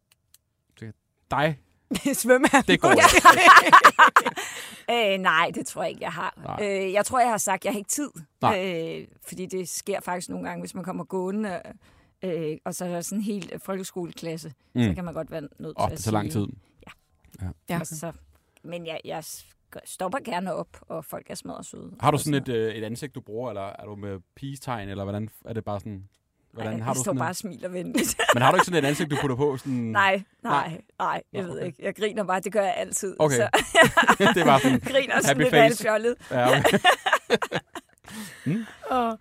S2: Til dig?
S3: Svømmehallen.
S2: Det går ikke.
S4: Øh, nej, det tror jeg ikke, jeg har.
S2: Nej.
S4: Øh, jeg tror, jeg har sagt, at jeg har ikke tid.
S2: Nej.
S4: Øh, fordi det sker faktisk nogle gange, hvis man kommer gående, øh, og så er der sådan en helt folkeskoleklasse, mm. så
S2: Mm.
S4: kan man godt være nødt
S2: Åh,
S4: til
S2: det
S4: at
S2: tager lang
S4: sige-
S2: tid.
S3: Ja.
S4: Og Så, men jeg, jeg sk- stopper gerne op, og folk er smadret søde. Altså,
S2: Har du sådan et, øh, et ansigt, du bruger, eller er du med pigestegn, eller hvordan er det bare sådan... Hvordan
S4: Ej,
S2: har
S4: jeg
S2: du
S4: står
S2: sådan
S4: bare
S2: bare...
S4: og smiler venligt.
S2: Men har du ikke sådan et ansigt, du putter på? Sådan...
S4: nej, nej,
S2: Nej.
S4: nej, jeg
S2: Nå,
S4: ved
S2: okay.
S4: ikke. Jeg griner bare, det gør jeg altid.
S2: Okay.
S4: Så
S2: det er bare sådan...
S4: griner sådan
S2: Happy
S4: lidt
S2: face.
S4: alt fjollet.
S2: Ja, okay.
S3: Og,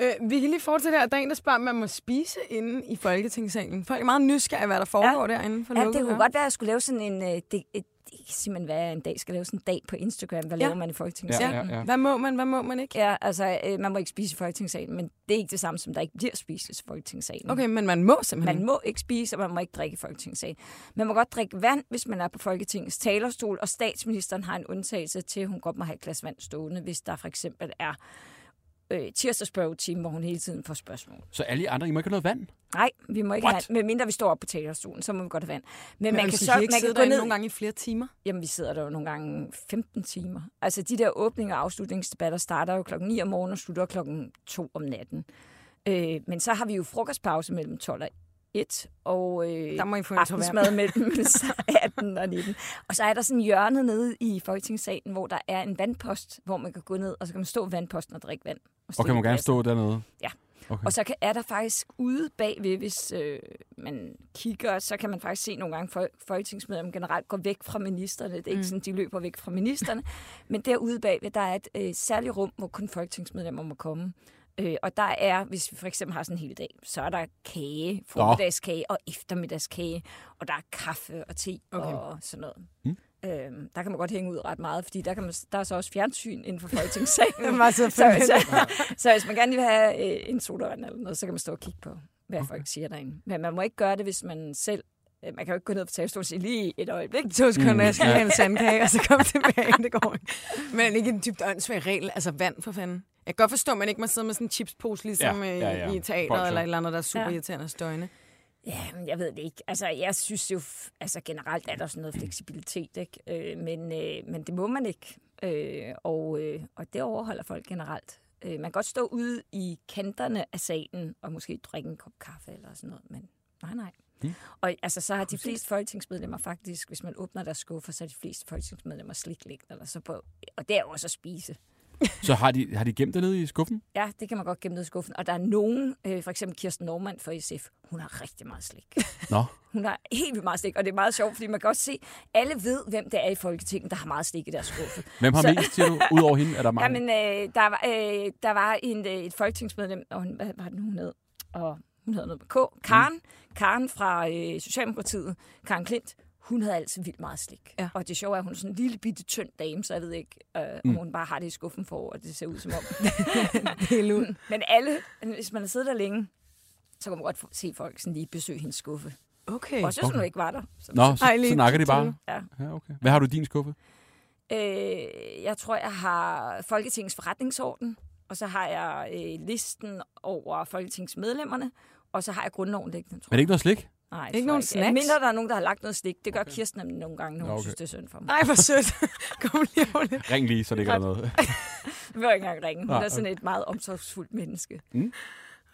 S3: øh, vi kan lige fortsætte her. Der er en, der spørger, om man må spise inde i Folketingssalen. Folk er meget nysgerrige, hvad der foregår ja. derinde for
S4: Ja, det
S3: lukkede
S4: kunne
S3: døre.
S4: godt være, at jeg skulle lave sådan en... Øh, det, et, det kan simpelthen være, at jeg en dag skal lave sådan en dag på Instagram. Hvad
S3: Ja.
S4: ja. laver man i Folketingssalen?
S2: Ja, ja, ja.
S3: Hvad må man, hvad må man ikke?
S4: Ja, altså, øh, man må ikke spise i Folketingssalen, men det er ikke det samme, som der ikke bliver spist i Folketingssalen.
S3: Okay, men man må simpelthen.
S4: Mm. Man må ikke spise, og man må ikke drikke i Folketingssalen. Man må godt drikke vand, hvis man er på Folketingets talerstol, og statsministeren har en undtagelse til, at hun godt må have et glas vand stående, hvis der for eksempel er øh, tirsdagsspørgetime, hvor hun hele tiden får spørgsmål.
S2: Så alle I andre, I må ikke have noget vand?
S4: Nej, vi må ikke
S2: What?
S4: have vand. Medmindre vi står op på talerstolen, så må vi godt have vand. Men,
S3: Men
S4: man kan
S3: sige,
S4: så
S3: ikke
S4: man kan
S3: sidde
S4: gå
S3: derinde
S4: ned
S3: nogle gange i flere timer.
S4: Jamen, vi sidder der jo nogle gange 15 timer. Altså, de der åbning- og afslutningsdebatter starter jo klokken 9 om morgenen og slutter klokken 2 om natten. Øh, men så har vi jo frokostpause mellem 12 og 1, og øh,
S3: Der må I få en tår vand.
S4: aftensmad mellem 18 og 19. Og så er der sådan hjørnet nede i Folketingssalen, hvor der er en vandpost, hvor man kan gå ned, og så kan man stå ved vandposten og drikke vand. Og
S2: Okay,
S4: stille
S2: må gerne
S4: glasset.
S2: stå dernede.
S4: Og så kan, er der faktisk ude bagved, hvis øh, man kigger, så kan man faktisk se nogle gange, at folketingsmedlemmer generelt går væk fra ministerne. Det er ikke mm. sådan, de løber væk fra ministerne. Men derude bagved, der er et øh, særligt rum, hvor kun folketingsmedlemmer må komme. Øh, og der er, hvis vi for eksempel har sådan en hel dag, så er der kage, formiddagskage og eftermiddagskage. Og der er kaffe og te okay. og sådan noget. Mm. Øhm, der kan man godt hænge ud ret meget, fordi der, kan man, der er så også fjernsyn inden for folketingssalen.
S3: bare sidde og
S4: så,
S3: følge
S4: så, så hvis man gerne vil have øh, en sodavand eller noget, så kan man stå og kigge på, hvad okay. folk siger derinde. Men man må ikke gøre det, hvis man selv... øh, Man kan jo ikke gå ned på talerstolen og sige lige et øjeblik.
S3: To sekunder,
S2: Mm,
S3: jeg skal
S2: ja.
S3: lige have en sandkage, og så kom tilbage. Det går ikke. Men ikke en dybt åndssvag regel. Altså vand for fanden. Jeg kan godt forstå, at man ikke må sidde med sådan en chipspose, ligesom
S2: Ja,
S3: ja,
S2: ja, ja.
S3: i teateret
S2: Bolsjer.
S3: eller et eller andet, der er super
S4: Ja.
S3: irriterende og støjende.
S4: Jamen, jeg ved det ikke. Altså, jeg synes jo... f- Altså, generelt er der sådan noget fleksibilitet, ikke? Øh, men, øh, men det må man ikke. Øh, og, øh, og det overholder folk generelt. Øh, man kan godt stå ude i kanterne af salen og måske drikke en kop kaffe eller sådan noget, men nej, nej.
S2: Mm.
S4: Og altså, så har de fleste folketingsmedlemmer faktisk, hvis man åbner deres skuffer, så har de fleste folketingsmedlemmer slik liggende, eller så på, og det er jo også at spise.
S2: Så har de, har de gemt det nede i skuffen?
S4: Ja, det kan man godt gemme ned i skuffen. Og der er nogen, øh, for eksempel Kirsten Normand fra SF, hun har rigtig meget slik.
S2: Nå.
S4: Hun har helt vildt meget slik, og det er meget sjovt, fordi man kan også se, alle ved, hvem det er i Folketinget, der har meget slik i deres skuffe.
S2: Hvem har
S4: Så-
S2: mest til du? Udover hende er der mange.
S4: Jamen, øh, der, var, øh, der var en, øh, et folketingsmedlem, og hun, hvad var det nu, hun hed? Og hun hed noget med K. Karen, mm. Karen fra øh, Socialdemokratiet, Karen Klint, hun havde altid vildt meget slik.
S3: Ja.
S4: Og det sjove er, at hun er sådan en lille bitte tynd dame, så jeg ved ikke, øh, om hun bare har det i skuffen for år, og det ser ud som om.
S3: Helt ud.
S4: Men alle, hvis man har siddet der længe, så kan man godt se folk sådan lige besøge hendes skuffe.
S3: Okay.
S4: Også hvis hun ikke var der. Så
S2: Nå, så,
S3: Ej,
S2: så
S3: lige
S2: nakker de
S3: til-
S2: bare.
S4: Ja.
S2: Ja, okay. Hvad har du i din skuffe?
S4: Øh, jeg tror, jeg har Folketingets forretningsorden, og så har jeg øh, listen over Folketingsmedlemmerne, og så har jeg grundloven liggende, tror
S2: Er det ikke noget slik?
S4: jeg. Nej, det
S3: Ikke
S4: tror
S3: nogen
S4: jeg
S3: snacks?
S4: Mindre der er nogen, der har lagt noget slik. Det gør okay. Kirsten nemlig nogle gange, når hun
S2: Nå,
S4: okay.
S2: okay.
S4: synes, det er synd for mig.
S3: Ej, hvor sødt. Kom lige over lidt.
S2: Ring lige, så ligger der noget.
S4: Hun vil ikke engang ringe. Hun
S2: Nej,
S4: er sådan et meget omsorgsfuldt menneske.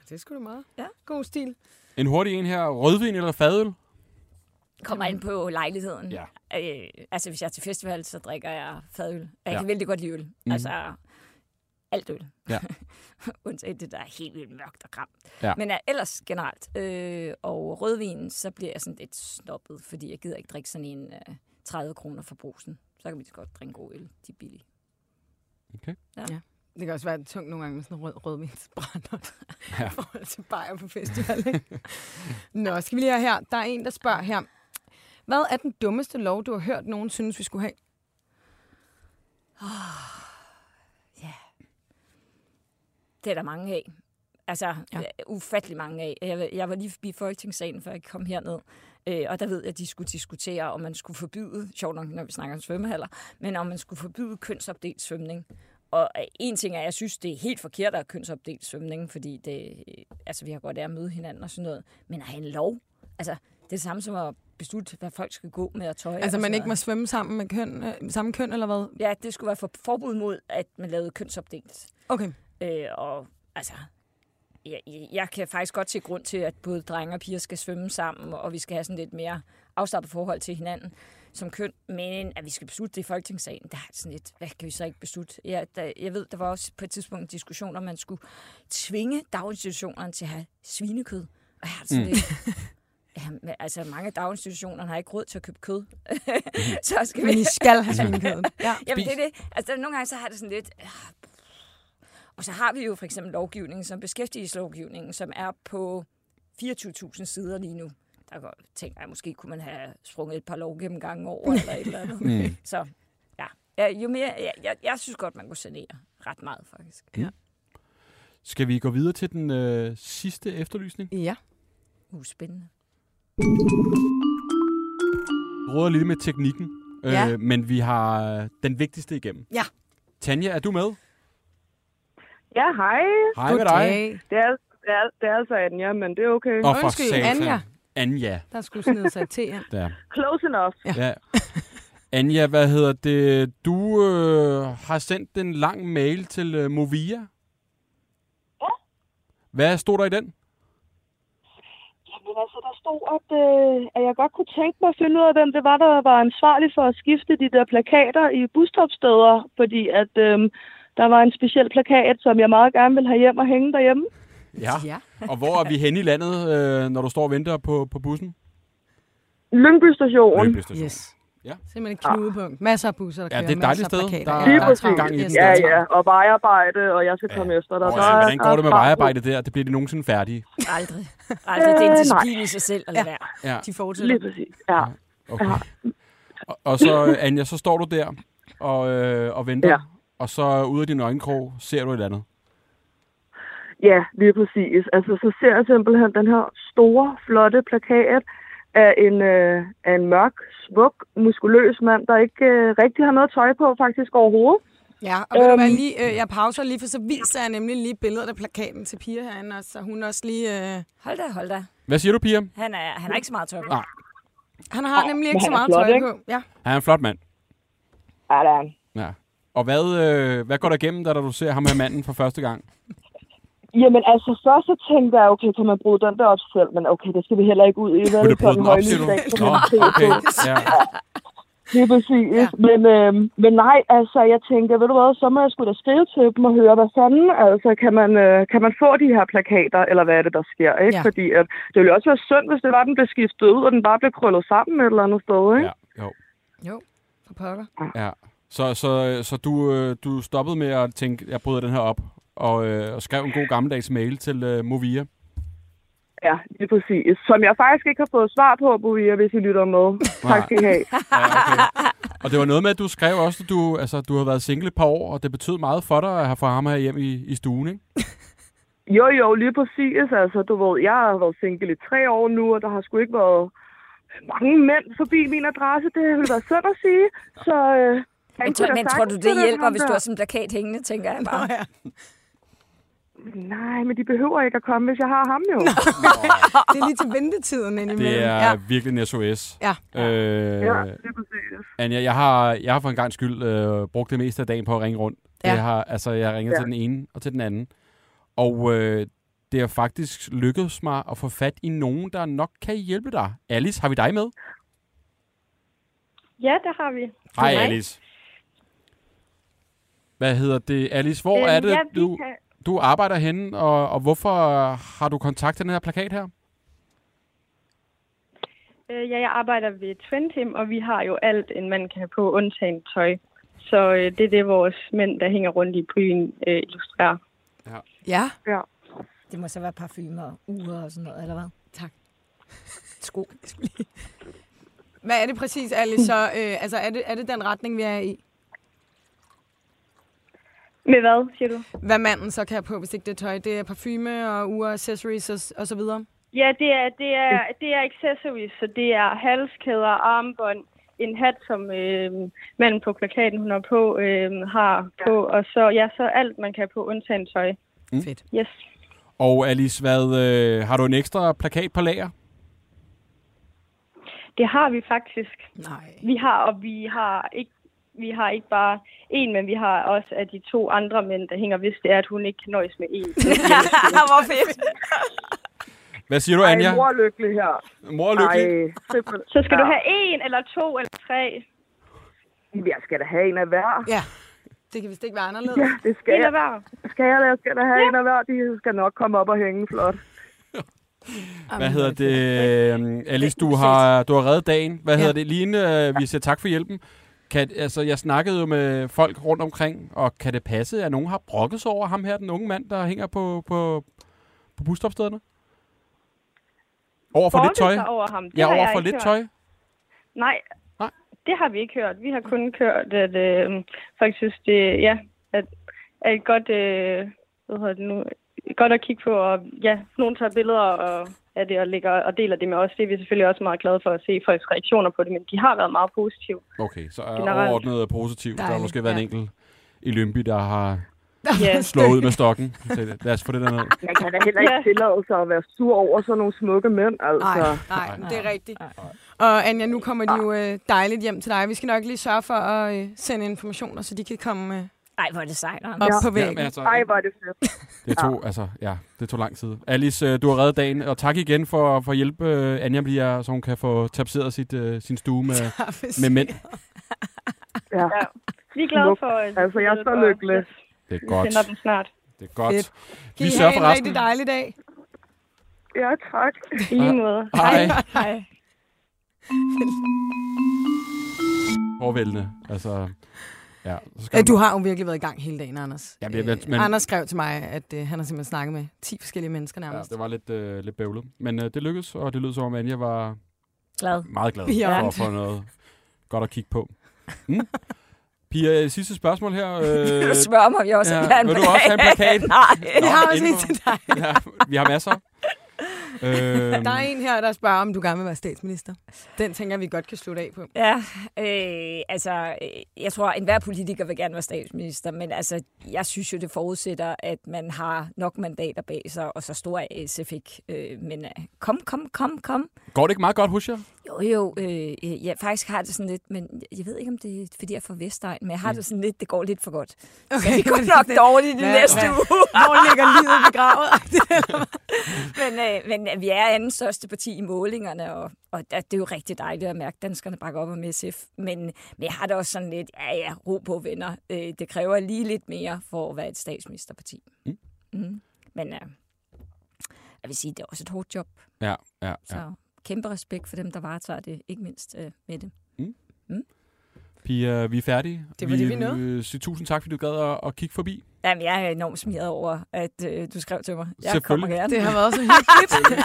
S3: Det skulle du meget.
S4: Ja.
S3: God stil.
S2: En hurtig en her. Rødvin eller fadøl?
S4: Kommer ind på lejligheden.
S2: Ja.
S4: Øh, altså, hvis jeg er til festival, så drikker jeg fadøl. Og Jeg
S2: Ja.
S4: ja. kan vældig godt lide øl. Mm. Altså, alt øl.
S2: Ja.
S4: Undtagen det, der er helt vildt mørkt og kramt.
S2: Ja.
S4: Men uh, ellers generelt. Øh, og rødvin, så bliver jeg sådan lidt snobbet, fordi jeg gider ikke drikke sådan en uh, 30 kroner for brusen. Så kan vi lige så godt drikke god øl. De er billige.
S3: Det kan også være tungt nogle gange med sådan en rød rødvinsbrænder.
S2: Ja.
S3: Ja. I forhold til bajer på festival. ikke? Nå, skal vi lige have her. Der er en, der spørger her. Hvad er den dummeste lov, du har hørt nogen synes, vi skulle have?
S4: Det er der mange af. Altså,
S3: Ja.
S4: ja. ufattelig mange af. Jeg, var- jeg var lige forbi Folketingssalen, før jeg kom herned. Øh, og der ved jeg, at de skulle diskutere, om man skulle forbyde, sjovt nok, når vi snakker om svømmehaller, men om man skulle forbyde kønsopdelt svømning. Og øh, en ting er, at jeg synes, det er helt forkert at have kønsopdelt svømning, fordi det, øh, altså, vi har godt af at møde hinanden og sådan noget. Men at have en lov, altså, det er det samme som at beslutte, hvad folk skal gå med og tøj.
S3: Altså,
S4: og
S3: man
S4: sådan
S3: ikke
S4: noget.
S3: må svømme sammen med køn, øh, samme køn, eller hvad?
S4: Ja, det skulle være for, forbud mod, at man lavede kønsopdelt.
S3: Okay.
S4: Øh, og altså, jeg, jeg- jeg kan faktisk godt se grund til, at både drenge og piger skal svømme sammen, og vi skal have sådan lidt mere afslappet forhold til hinanden som køn, men at vi skal beslutte det i Folketingssagen, der er sådan lidt, hvad kan vi så ikke beslutte? Ja, der, jeg ved, der var også på et tidspunkt en diskussion, om man skulle tvinge daginstitutionerne til at have svinekød. Og jeg har det sådan mm. lidt, ja, men, altså mange af daginstitutionerne har ikke råd til at købe kød. så skal vi...
S3: Men I skal have svinekødet. Ja.
S4: Jamen, det er det. Altså, der, nogle gange så har det sådan lidt... ah, Og så har vi jo for eksempel lovgivningen, som beskæftigelseslovgivningen, som er på 24.000 sider lige nu. Der går, tænker jeg, måske kunne man have sprunget et par lovgennemgange over, eller et eller andet. Mm. Så ja. ja, jo mere... Jeg, jeg, jeg synes godt, man kunne sanere ret meget, faktisk. Ja.
S2: Skal vi gå videre til den øh, sidste efterlysning?
S3: Ja.
S4: Uh, spændende.
S2: Vi råder lidt med teknikken, øh,
S3: Ja.
S2: men vi har øh, den vigtigste igennem.
S3: Ja.
S2: Tanja, er du med?
S6: Ja, hej.
S2: Hej med dig.
S6: Det er, det er, det er altså Anja, men det er okay.
S2: Og for
S3: Undskyld,
S2: satan.
S3: Anja.
S2: Anja,
S3: Der skulle snede sig til jer.
S2: der.
S6: Close enough.
S2: Ja. Anja, hvad hedder det? Du øh, har sendt en lang mail til øh, Movia. Ja. Hvad stod der i den?
S6: Jamen altså, der stod, at, øh, at jeg godt kunne tænke mig at finde ud af, hvem det var, der var ansvarlig for at skifte de der plakater i busstopsteder, fordi at øh, der var en speciel plakat, som jeg meget gerne ville have hjem og hænge derhjemme.
S2: Ah.
S3: Ja.
S2: Og hvor er vi henne i landet, øh, når du står og venter på, på bussen?
S6: Lyngby Station.
S2: Løbby station.
S3: Yes.
S2: Ja.
S3: Simpelthen et knudepunkt. Masser af busser, der
S2: Ja,
S3: kører.
S2: det er et dejligt
S3: masser af
S2: sted.
S3: plakater.
S2: Der-
S3: Ja,
S6: Lige
S3: der er
S6: præcis.
S3: travlt.
S2: gang i den. altså.
S3: Yes, der
S6: Ja,
S3: er
S6: ja, og vejarbejde, og jeg skal
S2: Ja.
S6: komme efter dig.
S2: Og,
S6: Der
S2: ja,
S6: er-
S2: hvordan
S6: der
S2: går
S6: er
S2: det med
S6: fart på.
S2: vejarbejde der? Det bliver de nogensinde færdige.
S4: Aldrig. Aldrig. Det er en
S6: Øh,
S4: disciplin i sig selv at lade være.
S2: Ja,
S3: De fortæller.
S6: Lige præcis, ja.
S2: okay. Og, og så, øh, Anja, så står du der og, øh, og venter.
S6: Ja.
S2: Og så ud af din øjenkrog ser du et andet.
S6: Ja, lige præcis. Altså, så ser jeg simpelthen den her store, flotte plakat af en, øh, af en mørk, smuk, muskuløs mand, der ikke øh, rigtig har noget tøj på faktisk overhovedet.
S3: Ja, og ved du hvad,
S6: Øhm.
S3: lige, øh, jeg pauser lige, for så viser jeg nemlig lige billedet af plakaten til Pia herinde, og så hun også lige... Øh,
S4: Hold da, hold da.
S2: Hvad siger du, Pia?
S4: Han er, han er ikke så meget tør.
S2: Nej.
S3: han har nemlig ikke så
S6: han er
S3: meget
S6: flot,
S3: tøj
S6: ikke?
S3: på. Ja.
S2: Han er en flot mand.
S6: Ja, der er han.
S2: Ja. Og hvad, øh, hvad går der igennem, da du ser ham her manden for første gang?
S6: Jamen altså, først så tænkte jeg, okay, kan man bruge den der op selv, men okay, det skal vi heller ikke ud i. Hvad
S2: Vil
S6: er
S2: du
S6: det for
S2: bryde
S6: en
S2: den op, siger du?
S6: højlydsdag, som
S2: Nå,
S6: man ser
S2: okay.
S6: på?
S2: Ja.
S6: Lige præcis.
S3: Ja.
S6: Ja. Men, øh, men nej, altså, jeg tænker, ved du hvad, så må jeg skulle da skrive til dem og høre, hvad fanden, altså, kan man, øh, kan man få de her plakater, eller hvad er det, der sker, ikke?
S3: Ja.
S6: Ja. Fordi at, det ville jo også være synd, hvis det var, den blev skiftet ud, og den bare blev krøllet sammen et eller andet sted, ikke?
S2: ja. Jo.
S3: Jo, for pokker.
S2: Ja. Så, så, så du, øh, du stoppede med at tænke, jeg bryder den her op, og, øh, og skrev en god gammeldags mail til øh, Movia.
S6: Ja. ja, lige præcis. Som jeg faktisk ikke har fået svar på, Bovia, hvis I lytter med. tak skal I have.
S2: Ja, okay. Og det var noget med, at du skrev også, at du, altså, du havde været single et par år, og det betød meget for dig at have fået ham her hjem i, i stuen, ikke?
S6: Jo, jo, lige præcis. Altså, du ved, jeg har været single i tre år nu, og der har sgu ikke været mange mænd forbi min adresse. Det ville være synd at sige. Så, øh, han
S4: Men,
S6: kunne da
S4: tror, men tror du,
S6: sagtens
S4: det
S6: sætte
S4: hjælper,
S6: ham
S4: hvis du
S6: der.
S4: har sådan en plakat hængende, tænker jeg bare.
S3: ja.
S6: Nej, men de behøver ikke at komme, hvis jeg har ham jo.
S3: Det er lige til ventetiden indimellem.
S2: Det er
S3: Ja.
S2: virkelig en SOS.
S3: Ja.
S2: Øh,
S6: Ja, det er præcis.
S2: Anja, jeg har, jeg har for en gang skyld øh, brugt det meste af dagen på at ringe rundt.
S3: Ja.
S2: Jeg har, altså, jeg har ringet ja.
S6: Ja.
S2: til den ene og til den anden. Og øh, det er faktisk lykkedes mig at få fat i nogen, der nok kan hjælpe dig. Alice, har vi dig med?
S7: Ja, det har vi.
S2: Hej,
S4: Hej.
S2: Alice. Hvad hedder det? Alice, hvor
S7: Øhm,
S2: er det,
S7: ja, vi
S2: du,
S7: kan-
S2: du arbejder henne, og, og hvorfor har du kontakt til den her plakat her?
S7: Øh, ja, jeg arbejder ved Twin Team, og vi har jo alt, en mand kan have på, undtagen tøj. Så øh, det er det, vores mænd, der hænger rundt i byen, øh, illustrerer.
S3: Ja.
S7: Ja.
S4: Det må så være parfumer og uger og sådan noget, eller hvad?
S3: Tak.
S4: Sko.
S3: Hvad er det præcis, Alice? Så, øh, altså, er det, er det den retning, vi er i?
S7: Med hvad, siger du?
S3: Hvad manden så kan have på, hvis ikke det er tøj? Det er parfume og ure, accessories og, og så videre.
S2: Mm.
S7: Ja, det er, det er, det er accessories, så det er halskæder, armbånd, en hat, som øh, manden på plakaten, hun har på, øh, har på, og så, ja, så alt, man kan have på, undtagen tøj.
S3: Mm. Fedt.
S7: Yes.
S2: Og Alice, hvad, øh, har du en ekstra plakat på lager?
S7: Det har vi faktisk.
S3: Nej.
S7: Vi har, og vi har ikke vi har ikke bare en, men vi har også af de to andre mænd, der hænger, hvis det er, at hun ikke kan nøjes med en.
S4: Hvor fedt.
S2: Hvad siger du, Anja?
S8: Ej, mor er lykkelig her.
S2: Mor er lykkelig.
S8: Ej, simpelthen.
S7: Så skal
S8: ja.
S7: du have en, eller to, eller tre.
S8: Jeg skal da have en af hver.
S3: Ja. Det kan vist ikke være anderledes.
S8: Ja, det skal
S7: En af
S8: jeg.
S7: hver.
S8: Skal jeg, da? jeg skal da have en af hver. De skal nok komme op og hænge flot.
S2: Hvad hedder det? øhm, Alice, du har, du har reddet dagen. Hvad hedder det? Line, øh, vi siger tak for hjælpen. Kan, altså, jeg snakkede jo med folk rundt omkring, og kan det passe, at nogen har brokket sig over ham her, den unge mand, der hænger på, på, på busstopstederne? Over for lidt
S7: Brokket
S2: tøj?
S7: sig over ham. Det har
S2: Ja, over
S7: jeg
S2: for
S7: ikke
S2: lidt
S7: hørt.
S2: tøj.
S7: Nej,
S2: Nej.
S7: det har vi ikke hørt. Vi har kun kørt, at øh, folk synes, det ja, at, er et godt, øh, hvad hedder det nu, godt at kigge på. Og, ja, nogen tager billeder og, af det og, lægger, og deler det med os. Det er vi selvfølgelig også meget glade for at se folks reaktioner på det, men de har været meget positive.
S2: Okay, så er
S7: Generelt.
S2: overordnet og positivt. Der har
S3: Dejligt,
S2: måske været
S3: ja.
S2: en enkelt i Lønby, der har
S7: Ja,
S2: slået ud med stokken. Så Lad os få det derned.
S8: Man kan da heller ikke tillade sig at være sur over sådan nogle smukke mænd, altså.
S3: Nej, nej, men det er rigtigt. Og Anja, nu kommer de jo øh, dejligt hjem til dig. Vi skal nok lige sørge for at øh, sende informationer, så de kan komme øh,
S4: Ej, hvor er det sejt, Anders.
S3: op på
S2: Ja, men
S3: væggen.
S2: altså,
S8: Ej, hvor er det fedt.
S2: Det tog, ja. altså, ja, det tog lang tid. Alice, øh, du har reddet dagen, og tak igen for, for at hjælpe øh, Anja bliver, så hun kan få tapseret sit, øh, sin stue med, med mænd.
S8: Ja.
S7: Ja. Vi er glade
S8: Smukt.
S7: for... at-
S8: Altså, jeg er så
S7: og-
S8: lykkelig.
S2: Det er
S7: Vi
S2: godt.
S7: sender den snart.
S2: Det er godt.
S3: Fedt. Kan
S2: Vi
S3: I
S2: sørger
S3: have
S2: for
S3: en
S2: resten.
S3: rigtig dejlig dag.
S8: Ja, tak.
S7: I lige måde.
S2: Hej.
S7: Hej.
S2: Overvældende. Altså, ja. Så
S3: Ja,
S2: skal
S3: du har jo virkelig været i gang hele dagen, Anders.
S2: Ja, men- men-
S3: Øh, Anders skrev til mig, at øh, han har simpelthen snakket med 10 forskellige mennesker
S2: Ja,
S3: nærmest.
S2: det var lidt, øh, lidt bøvlet. Men øh, det lykkedes, og det lød som om Anja var
S4: Glad.
S2: meget glad
S3: Ja.
S2: for at få noget godt at kigge på. Mm. Pia, øh, sidste spørgsmål her.
S4: Vil
S2: Øh,
S4: du spørge mig, om jeg også
S2: ja,
S4: vil have en
S2: vil du også have en plakat?
S4: Nej.
S3: Vi har også
S2: inden
S3: en
S2: for-
S3: til dig.
S2: ja, vi har masser. Øh,
S3: Der er en her, der spørger, om du gerne vil være statsminister. Den tænker jeg, vi godt kan slutte af på.
S4: Ja, øh, altså, øh, jeg tror, at enhver politiker vil gerne være statsminister, men altså, jeg synes jo, det forudsætter, at man har nok mandater bag sig, og så stor er SF ikke. Øh, men øh, kom, kom, kom, kom.
S2: Går det ikke meget godt hos jer?
S4: Jo, jo, øh, jeg faktisk har det sådan lidt, men jeg ved ikke, om det er, fordi jeg er fra Vestegn, men jeg har det sådan lidt, det går lidt for godt. Mm. Okay, men det går nok dårligt i
S3: Hvad-
S4: næste
S3: hvad-
S4: uge.
S3: Hvor ligger livet begravet?
S4: men, øh, men vi er anden største parti i målingerne, og, og der- det er jo rigtig dejligt at mærke, at danskerne bakker op om SF. Men, men jeg har det også sådan lidt, ja ja, ro på venner. Øh, det kræver lige lidt mere for at være et statsministerparti. Mm. Mm. Men øh, jeg vil sige, det er også et hårdt job,
S2: Ja, ja,
S4: så
S2: ja.
S4: ja. kæmpe respekt for dem, der varetager det, ikke mindst øh, med det.
S2: Pia, vi er færdige.
S3: Det var det, vi nåede.
S2: øh, Sige tusind tak, fordi du gad at, at kigge forbi.
S4: Jamen, jeg er enormt smidt over, at øh, du skrev til mig. Jeg kommer
S2: Selvfølgelig.
S4: gerne.
S3: Det har været så hyggeligt.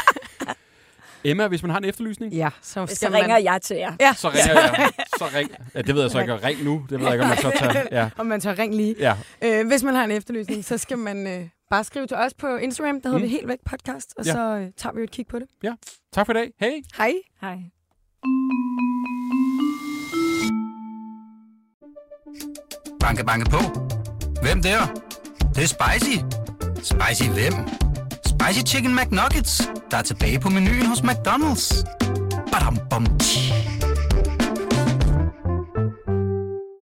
S2: Emma, hvis man har en efterlysning,
S3: Ja, så
S4: Så
S3: skal
S4: ringer
S3: man...
S4: jeg til jer.
S3: Ja,
S2: så ringer jeg. Så ring. Ja, det ved jeg så ikke. Ring nu. Det ved jeg ikke, om man så tager. Ja.
S3: om man tør ring lige.
S2: Ja,
S3: Øh, hvis man har en efterlysning, så skal man øh, bare skrive til os på Instagram, der hedder
S2: Mm.
S3: mm. vi Helt Væk Podcast, og
S2: Ja.
S3: ja. så øh, tager vi jo et kig på det.
S2: tak for i dag. Hej.
S3: Hej!
S4: Hej.
S1: Banke, banke på. Hvem der? Det, det er spicy. Spicy hvem? Spicy Chicken McNuggets, der er tilbage på menuen hos McDonald's. Badum, bom, tji.